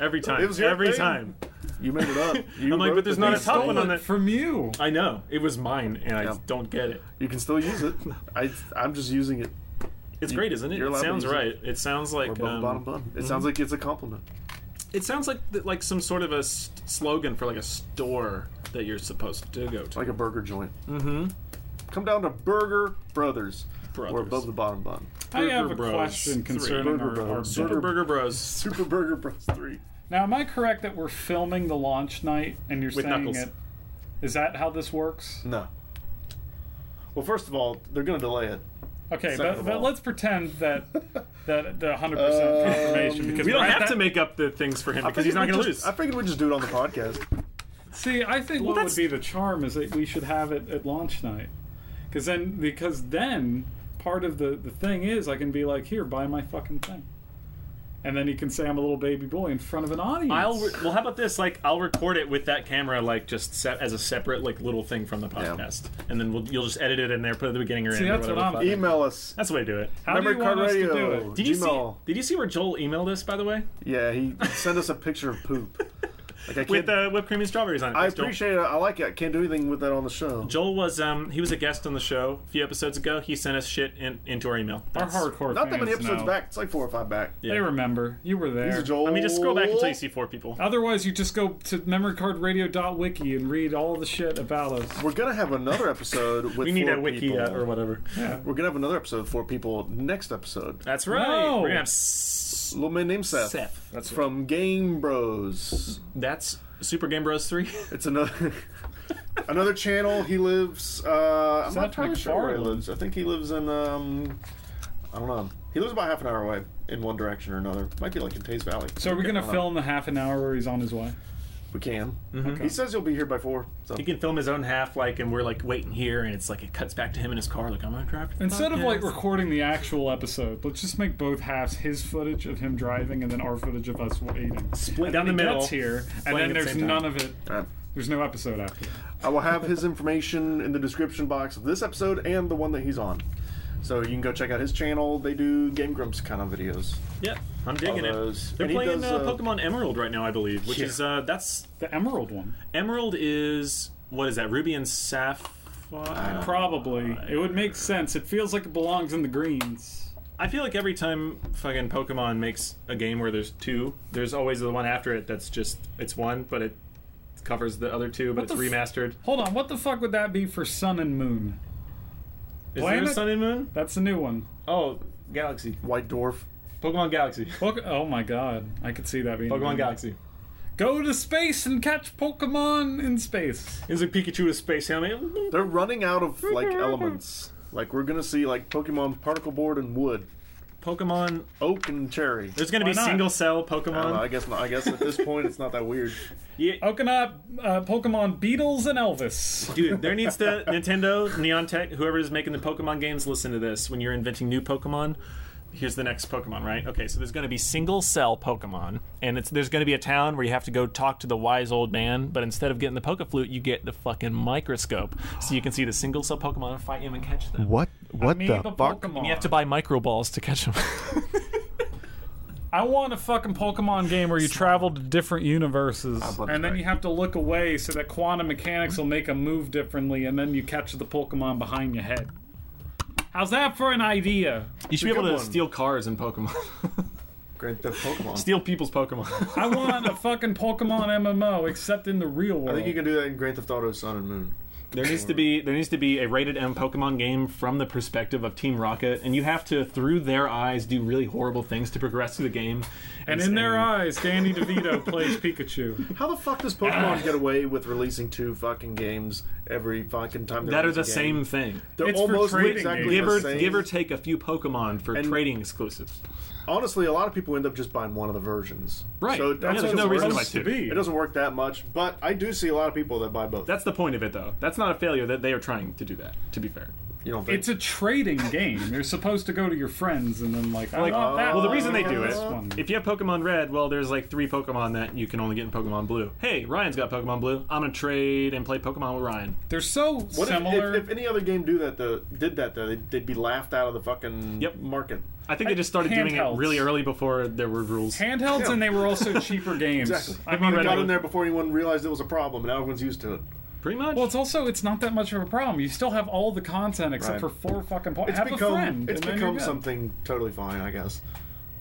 D: every time,
C: It was your
D: every
C: thing.
D: time.
C: you made it up. You
D: *laughs* I'm like,
C: wrote
D: but there's
C: the
D: not
C: thing.
D: a top one
B: Stolen
D: on that.
B: from you.
D: I know it was mine, and I
C: Yeah.
D: don't get it.
C: You can still use
D: *laughs*
C: it. I, I'm just using it.
D: It's
C: You-
D: great, isn't it?
C: you're allowed
D: It
C: to
D: sounds
C: use it.
D: right. It sounds
C: We're
D: like
C: above
D: um,
C: the bottom bun. It sounds like it's a compliment.
D: it sounds like th- like some sort of a s- slogan for like a store that you're supposed to go to.
C: like a burger joint. Mm-hmm. Come down to Burger Brothers. We're
D: Brothers.
C: above the bottom bun.
B: I have a
D: Bros
B: question
D: three.
B: concerning
C: Burger
B: our, our
C: Bros.
B: burger
D: Super Burger Bros.
C: Super Burger Bros. Three.
B: Now, am I correct that we're filming the launch night and you're
D: With
B: saying
D: Knuckles.
B: it? Is that how this works?
C: No. Well, first of all, they're going to delay it.
B: Okay,
C: Second
B: but,
C: of
B: but
C: all.
B: let's pretend that that the 100 percent confirmation because
D: Um, We don't
B: we're at
D: have
B: that-
D: to make up the things for him
C: I figured
D: because he's not
C: we'd
D: going to
C: just- I
D: lose.
C: figured we'd just do it on the podcast.
D: *laughs*
B: See, I think what
D: that's-
B: would be the charm is that we should have it at launch night, because then because then part of the the thing is I can be like, here, buy my fucking thing, and then he can say I'm a little baby boy in front of an audience.
D: I'll re- well. How about this? Like, I'll record it with that camera, like just set as a separate like little thing from the podcast, and then we'll, you'll just edit it in there, put it at the beginning or
B: See,
D: end or
B: that's what
D: whatever. the
B: I'm-
D: fuck.
C: Email us.
D: That's the way to do it.
B: how do you
C: Memory Card
B: want us to do
C: Radio.
B: it?
D: Did you
C: Gmail.
D: see? Did you see where Joel emailed us? By the way,
C: Yeah, he sent us a picture of poop. Like I can't.
D: with uh, whipped cream and strawberries on it.
C: I
D: Thanks, Joel.
C: appreciate it. I like it. I can't do anything with that on the show.
D: Joel was um he was a guest on the show a few episodes ago. He sent us shit in, into our email.
B: Our
D: That's-
B: hardcore
C: Not that many
B: fans
C: episodes
B: know.
C: back. It's like four or five back.
D: Yeah.
B: They remember you were there.
C: These are Joel.
D: I mean, just scroll back until you see four people.
B: Otherwise, you just go to memorycardradio.wiki and read all the shit about us.
C: We're gonna have another episode with.
D: *laughs* We need
C: four
D: a wiki
C: people.
D: uh, or whatever.
C: We're gonna have another episode with four people next episode.
D: That's right.
B: No.
D: We're gonna have S-
C: Little man named Seth.
D: Uh, Seth. That's right.
C: From Game Bros.
D: That's Super Game Bros. Three. *laughs*
C: It's another *laughs* another channel. He lives. Uh, I'm
B: Seth
C: not entirely sure where he
B: MacFarlane.
C: lives. I think he lives in. Um, I don't know. He lives about half an hour away in one direction or another. Might be like in Tays Valley.
B: So are we
C: I
B: gonna
C: don't know.
B: film the half an hour where he's on his way?
C: We can.
D: Mm-hmm.
C: He says he'll be here by four. So
D: he can film his own half, like, and we're like waiting here, and it's like it cuts back to him in his car, like I'm gonna drive. to the
B: Instead of like
D: podcast.
B: recording the actual episode, let's just make both halves his footage of him driving and then our footage of us waiting.
D: Split
B: and
D: down
B: then
D: the
B: he
D: middle,
B: Gets here, and
D: playing
B: then
D: at the
B: there's
D: same time. Uh.
B: none of it.
C: Alright.
B: There's no episode after.
C: I will have his information in the description box of this episode and the one that he's on. So you can go check out his channel. They do Game Grumps kind of videos.
D: yeah, I'm digging
C: All
D: it.
C: those-
D: They're
C: and he
D: playing
C: does,
D: uh,
C: uh,
D: Pokemon Emerald right now, I believe, which
C: Yeah.
D: is uh, that's
B: The Emerald one,
D: Emerald is what is that? Ruby and uh, Sapphire.
B: probably. It would make sense. It feels like it belongs in the greens.
D: I feel like every time fucking Pokemon makes a game where there's two, there's always the one after it that's just it's one, but it covers the other two, but
B: What
D: it's
B: the f-
D: remastered.
B: Hold on, what the fuck would that be for Sun and Moon?
D: Is there
B: Planet-
D: a Sun and Moon?
B: That's a new one.
D: Oh, Galaxy.
C: White Dwarf.
D: Pokemon Galaxy.
B: Poke- oh my god, I could see that being.
D: Pokemon Galaxy.
B: Go to space and catch Pokemon in space.
D: Is a Pikachu a space helmet?
C: They're running out of like elements. Like we're gonna see like Pokemon particle board and wood,
D: Pokemon.
C: oak and cherry.
D: There's going to
B: Why
D: be
B: not?
D: single cell
C: I, don't know, I
D: Pokemon.
C: guess not. I guess at this point it's not that weird.
D: Yeah,
B: Okanop, uh, Pokemon Beatles and Elvis.
D: Dude, there needs to Nintendo, Neontech, whoever is making the Pokemon games, listen to this. When you're inventing new Pokemon, here's the next Pokemon, right? Okay, so there's going to be single cell Pokemon, and it's there's going to be a town where you have to go talk to the wise old man, but instead of getting the Pokeflute, you get the fucking microscope, so you can see the single cell Pokemon and fight them and catch them.
G: What? What
B: Me,
G: the, fuck?
B: Pokemon.
D: You have to buy micro balls to catch them. *laughs*
B: I want a fucking Pokemon game where you travel to different universes,
C: about
B: and then
C: that?
B: you have to look away so that quantum mechanics will make them move differently, and then you catch the Pokemon behind your head. How's that for an idea?
D: you should be
C: It's a
D: able
C: good
D: to
C: one.
D: steal cars in Pokemon, *laughs*
C: Grand Theft Pokemon.
D: steal people's Pokemon. *laughs*
B: I want
C: *laughs*
B: a fucking Pokemon MMO, except in the real world.
C: I think you can do that in Grand Theft Auto Sun and Moon.
D: There needs to be there needs to be a rated M Pokemon game from the perspective of Team Rocket, and you have to through their eyes do really horrible things to progress through the game.
B: and in their eyes, Danny DeVito plays Pikachu.
C: How the fuck does Pokemon get away with releasing two fucking games every fucking time?
D: that are
C: releasing
D: the
C: a
D: same
C: game?
D: thing.
C: They're
B: It's for
C: almost
B: trading
C: exactly
B: games.
C: the
D: Give or
C: same.
D: give or take a few Pokemon for
C: And-
D: trading exclusives.
C: Honestly, a lot of people end up just buying one of the versions.
D: Right.
C: So
D: Yeah,
C: it doesn't
D: there's no reason to
C: work-
D: buy two.
B: to be.
C: It doesn't work that much, but I do see a lot of people that buy both.
D: That's the point of it, though. That's not a failure. That they are trying to do that. To be fair.
C: you don't think?
B: It's a trading game. You're supposed to go to your friends and then like, I
D: Like,
B: want that
D: well, the
B: one,
D: reason
B: I
D: they
B: want
D: do it,
B: this one.
D: if you have Pokemon Red, well, there's like three Pokemon that you can only get in Pokemon Blue. Hey, Ryan's got Pokemon Blue. I'm gonna trade and play Pokemon with Ryan.
B: they're so
C: What if-
B: similar.
C: If, if, any other game do that, though, did that though, they'd, they'd be laughed out of the fucking
D: Yep.
C: market.
D: I think they just started doing it
B: Handhelds.
D: really early before there were rules.
B: handhelds and they were
C: *laughs*
B: also cheaper games.
C: Exactly.
B: I
D: Pokemon
B: mean,
D: Red
B: like,
C: Got
D: Right.
C: in there before anyone realized it was a problem, and now everyone's used to it.
D: Pretty much.
B: well, it's also it's not that much of a problem. You still have all the content except for
C: Right.
B: four fucking points.
C: It's
B: Have
C: become
B: a friend.
C: it's
B: and then
C: become
B: you're good.
C: something totally fine, I guess.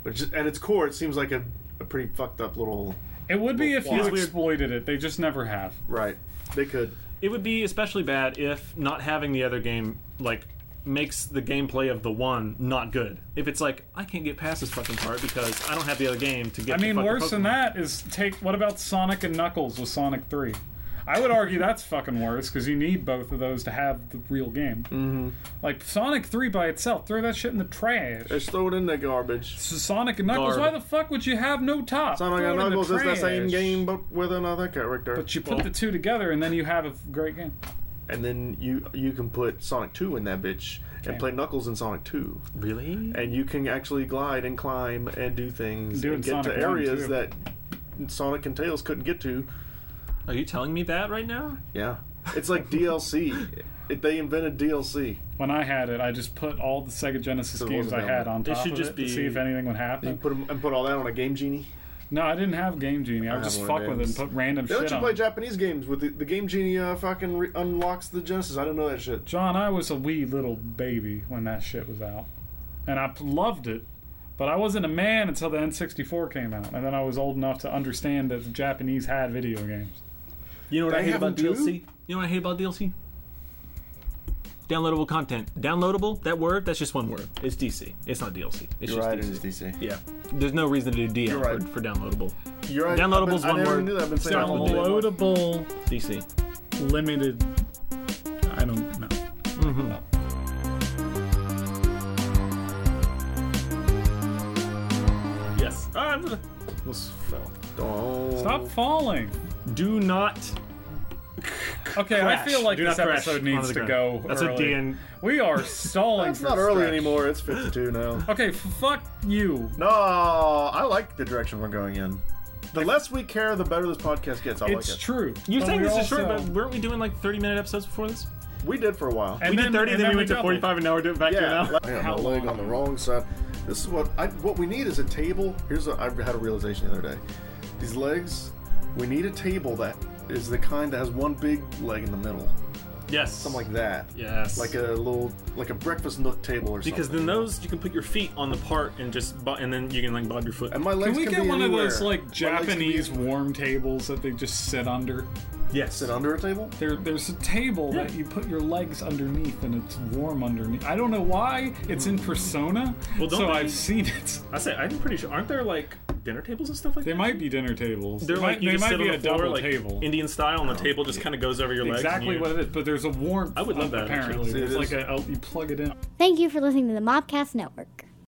C: But just, at its core, it seems like a, a pretty fucked up little
B: It would be if you
D: It's weird.
B: exploited it. They just never have.
C: right. They could.
D: it would be especially bad if not having the other game like makes the gameplay of the one not good. If it's like I can't get past this fucking part because I don't have the other game to get.
B: I
D: the
B: mean,
D: fucking
B: worse than
D: Pokemon.
B: that is take. What about Sonic and Knuckles with Sonic Three? I would argue that's fucking worse because you need both of those to have the real game. Mm-hmm. Like Sonic Three by itself, throw that shit in the trash.
C: Just throw it in the garbage.
B: So Sonic and Knuckles,
D: Garb.
B: why the fuck would you have no top?
C: Sonic
B: Throw
C: and
B: it in
C: Knuckles is the same
B: trash.
C: game, but with another character.
B: But you put the two together and then you have a great game.
C: and then you you can put Sonic Two in that bitch and play Knuckles in Sonic Two,
D: Really?
C: and you can actually glide and climb and do things
B: Doing
C: and get
B: Sonic 1
C: to areas
B: too.
C: that Sonic and Tails couldn't get to.
D: Are you telling me that right now?
C: Yeah, it's
B: *laughs*
C: like DLC. It, they invented DLC.
B: When I had it, I just put all the Sega Genesis
C: So it
B: games I
C: wasn't
B: had
C: that
B: on
D: It
B: top
D: should
B: of
D: just
B: it
D: be-
B: to see if anything would
C: You
B: happen.
C: put 'em- and put all that on a Game Genie.
B: No, I didn't have Game Genie. I would
C: have
B: just
C: one
B: fuck
C: of
B: with it and
C: those.
B: put random
C: They let
B: shit
C: you
B: on.
C: play
B: it.
C: Japanese games with the, the Game Genie. Uh, fucking re- unlocks the Genesis. I don't know that shit.
B: John, I was a wee little baby when that shit was out, and I p- loved it. But I wasn't a man until the N64 came out, and then I was old enough to understand that the Japanese had video games.
D: You know what
C: They
D: I hate
C: have
D: about
C: them too?
D: DLC? You know what I hate about DLC? Downloadable content. Downloadable, that word, that's just one word. It's DC. It's not DLC. It's just DC.
C: DC.
D: Yeah. There's no reason to do DL
C: You're right.
D: for, for downloadable.
C: You're right.
D: Downloadable's
C: I've been-
D: one
C: I never
D: word.
C: Knew that. I've been saying that for too long.
B: Downloadable,
D: DC.
B: limited. I don't know.
D: Yes. Ah,
C: Don't-
B: Stop falling.
D: do not
B: Okay, I
D: Crash.
B: feel like
D: Do
B: this
D: not crash
B: episode
D: onto
B: needs
D: the
B: to
D: ground.
B: go.
D: That's a
B: early.
D: DN.
B: We are stalling.
C: It's
B: for
C: not early
B: stretch.
C: anymore. It's 52 now.
B: Okay, f- fuck you.
C: No, I like the direction we're going in. The less we care, the better this podcast gets. I
B: It's
C: like it.
B: true.
D: You're
B: But
D: saying
B: we
D: this is short,
B: also-
D: but weren't we doing like 30 minute episodes before this?
C: We did for a while.
B: And
D: we did 30,
B: and
D: then, we went to
B: doubled.
D: 45, and now we're doing back to an
C: yeah,
D: hour.
C: I
B: How
C: have my leg
B: long?
C: on the wrong side. This is what I what we need is a table. Here's a, I had a realization the other day. These legs, we need a table that is the kind that has one big leg in the middle,
D: Yes.
C: something like that.
D: Yes.
C: Like a little, like a breakfast nook table or
D: because
C: something.
D: then those you can put your feet on the part and just bo- and then you can like bob your foot.
C: and my legs
B: Can we
C: can
B: get
C: be
B: one of
C: anywhere.
B: those
C: My
B: like
C: legs can be-
B: Japanese warm tables that they just sit under?
D: Yes.
C: Sit under a table?
B: There, there's a table that you put your legs underneath, and it's warm underneath. I don't know why it's in Persona,
D: Well, don't
B: so
D: they-
B: I've seen it. *laughs*
D: I say I'm pretty sure. Aren't there like dinner tables and stuff like
B: They
D: that?
B: might be dinner tables.
D: They're
B: They
D: like
B: might,
D: you
B: they
D: just
B: might
D: sit
B: be
D: on
B: a
D: the floor,
B: double
D: like
B: table. Oh,
D: Indian style, and the table just kind of goes over your legs. and
B: exactly
D: you-
B: what it is, but there's a warmth.
D: I would love
B: on-
D: that,
B: Apparently,
D: actually.
C: It
B: it's
C: is.
B: like a, you plug it in.
A: Thank you for listening to the Mobcast Network.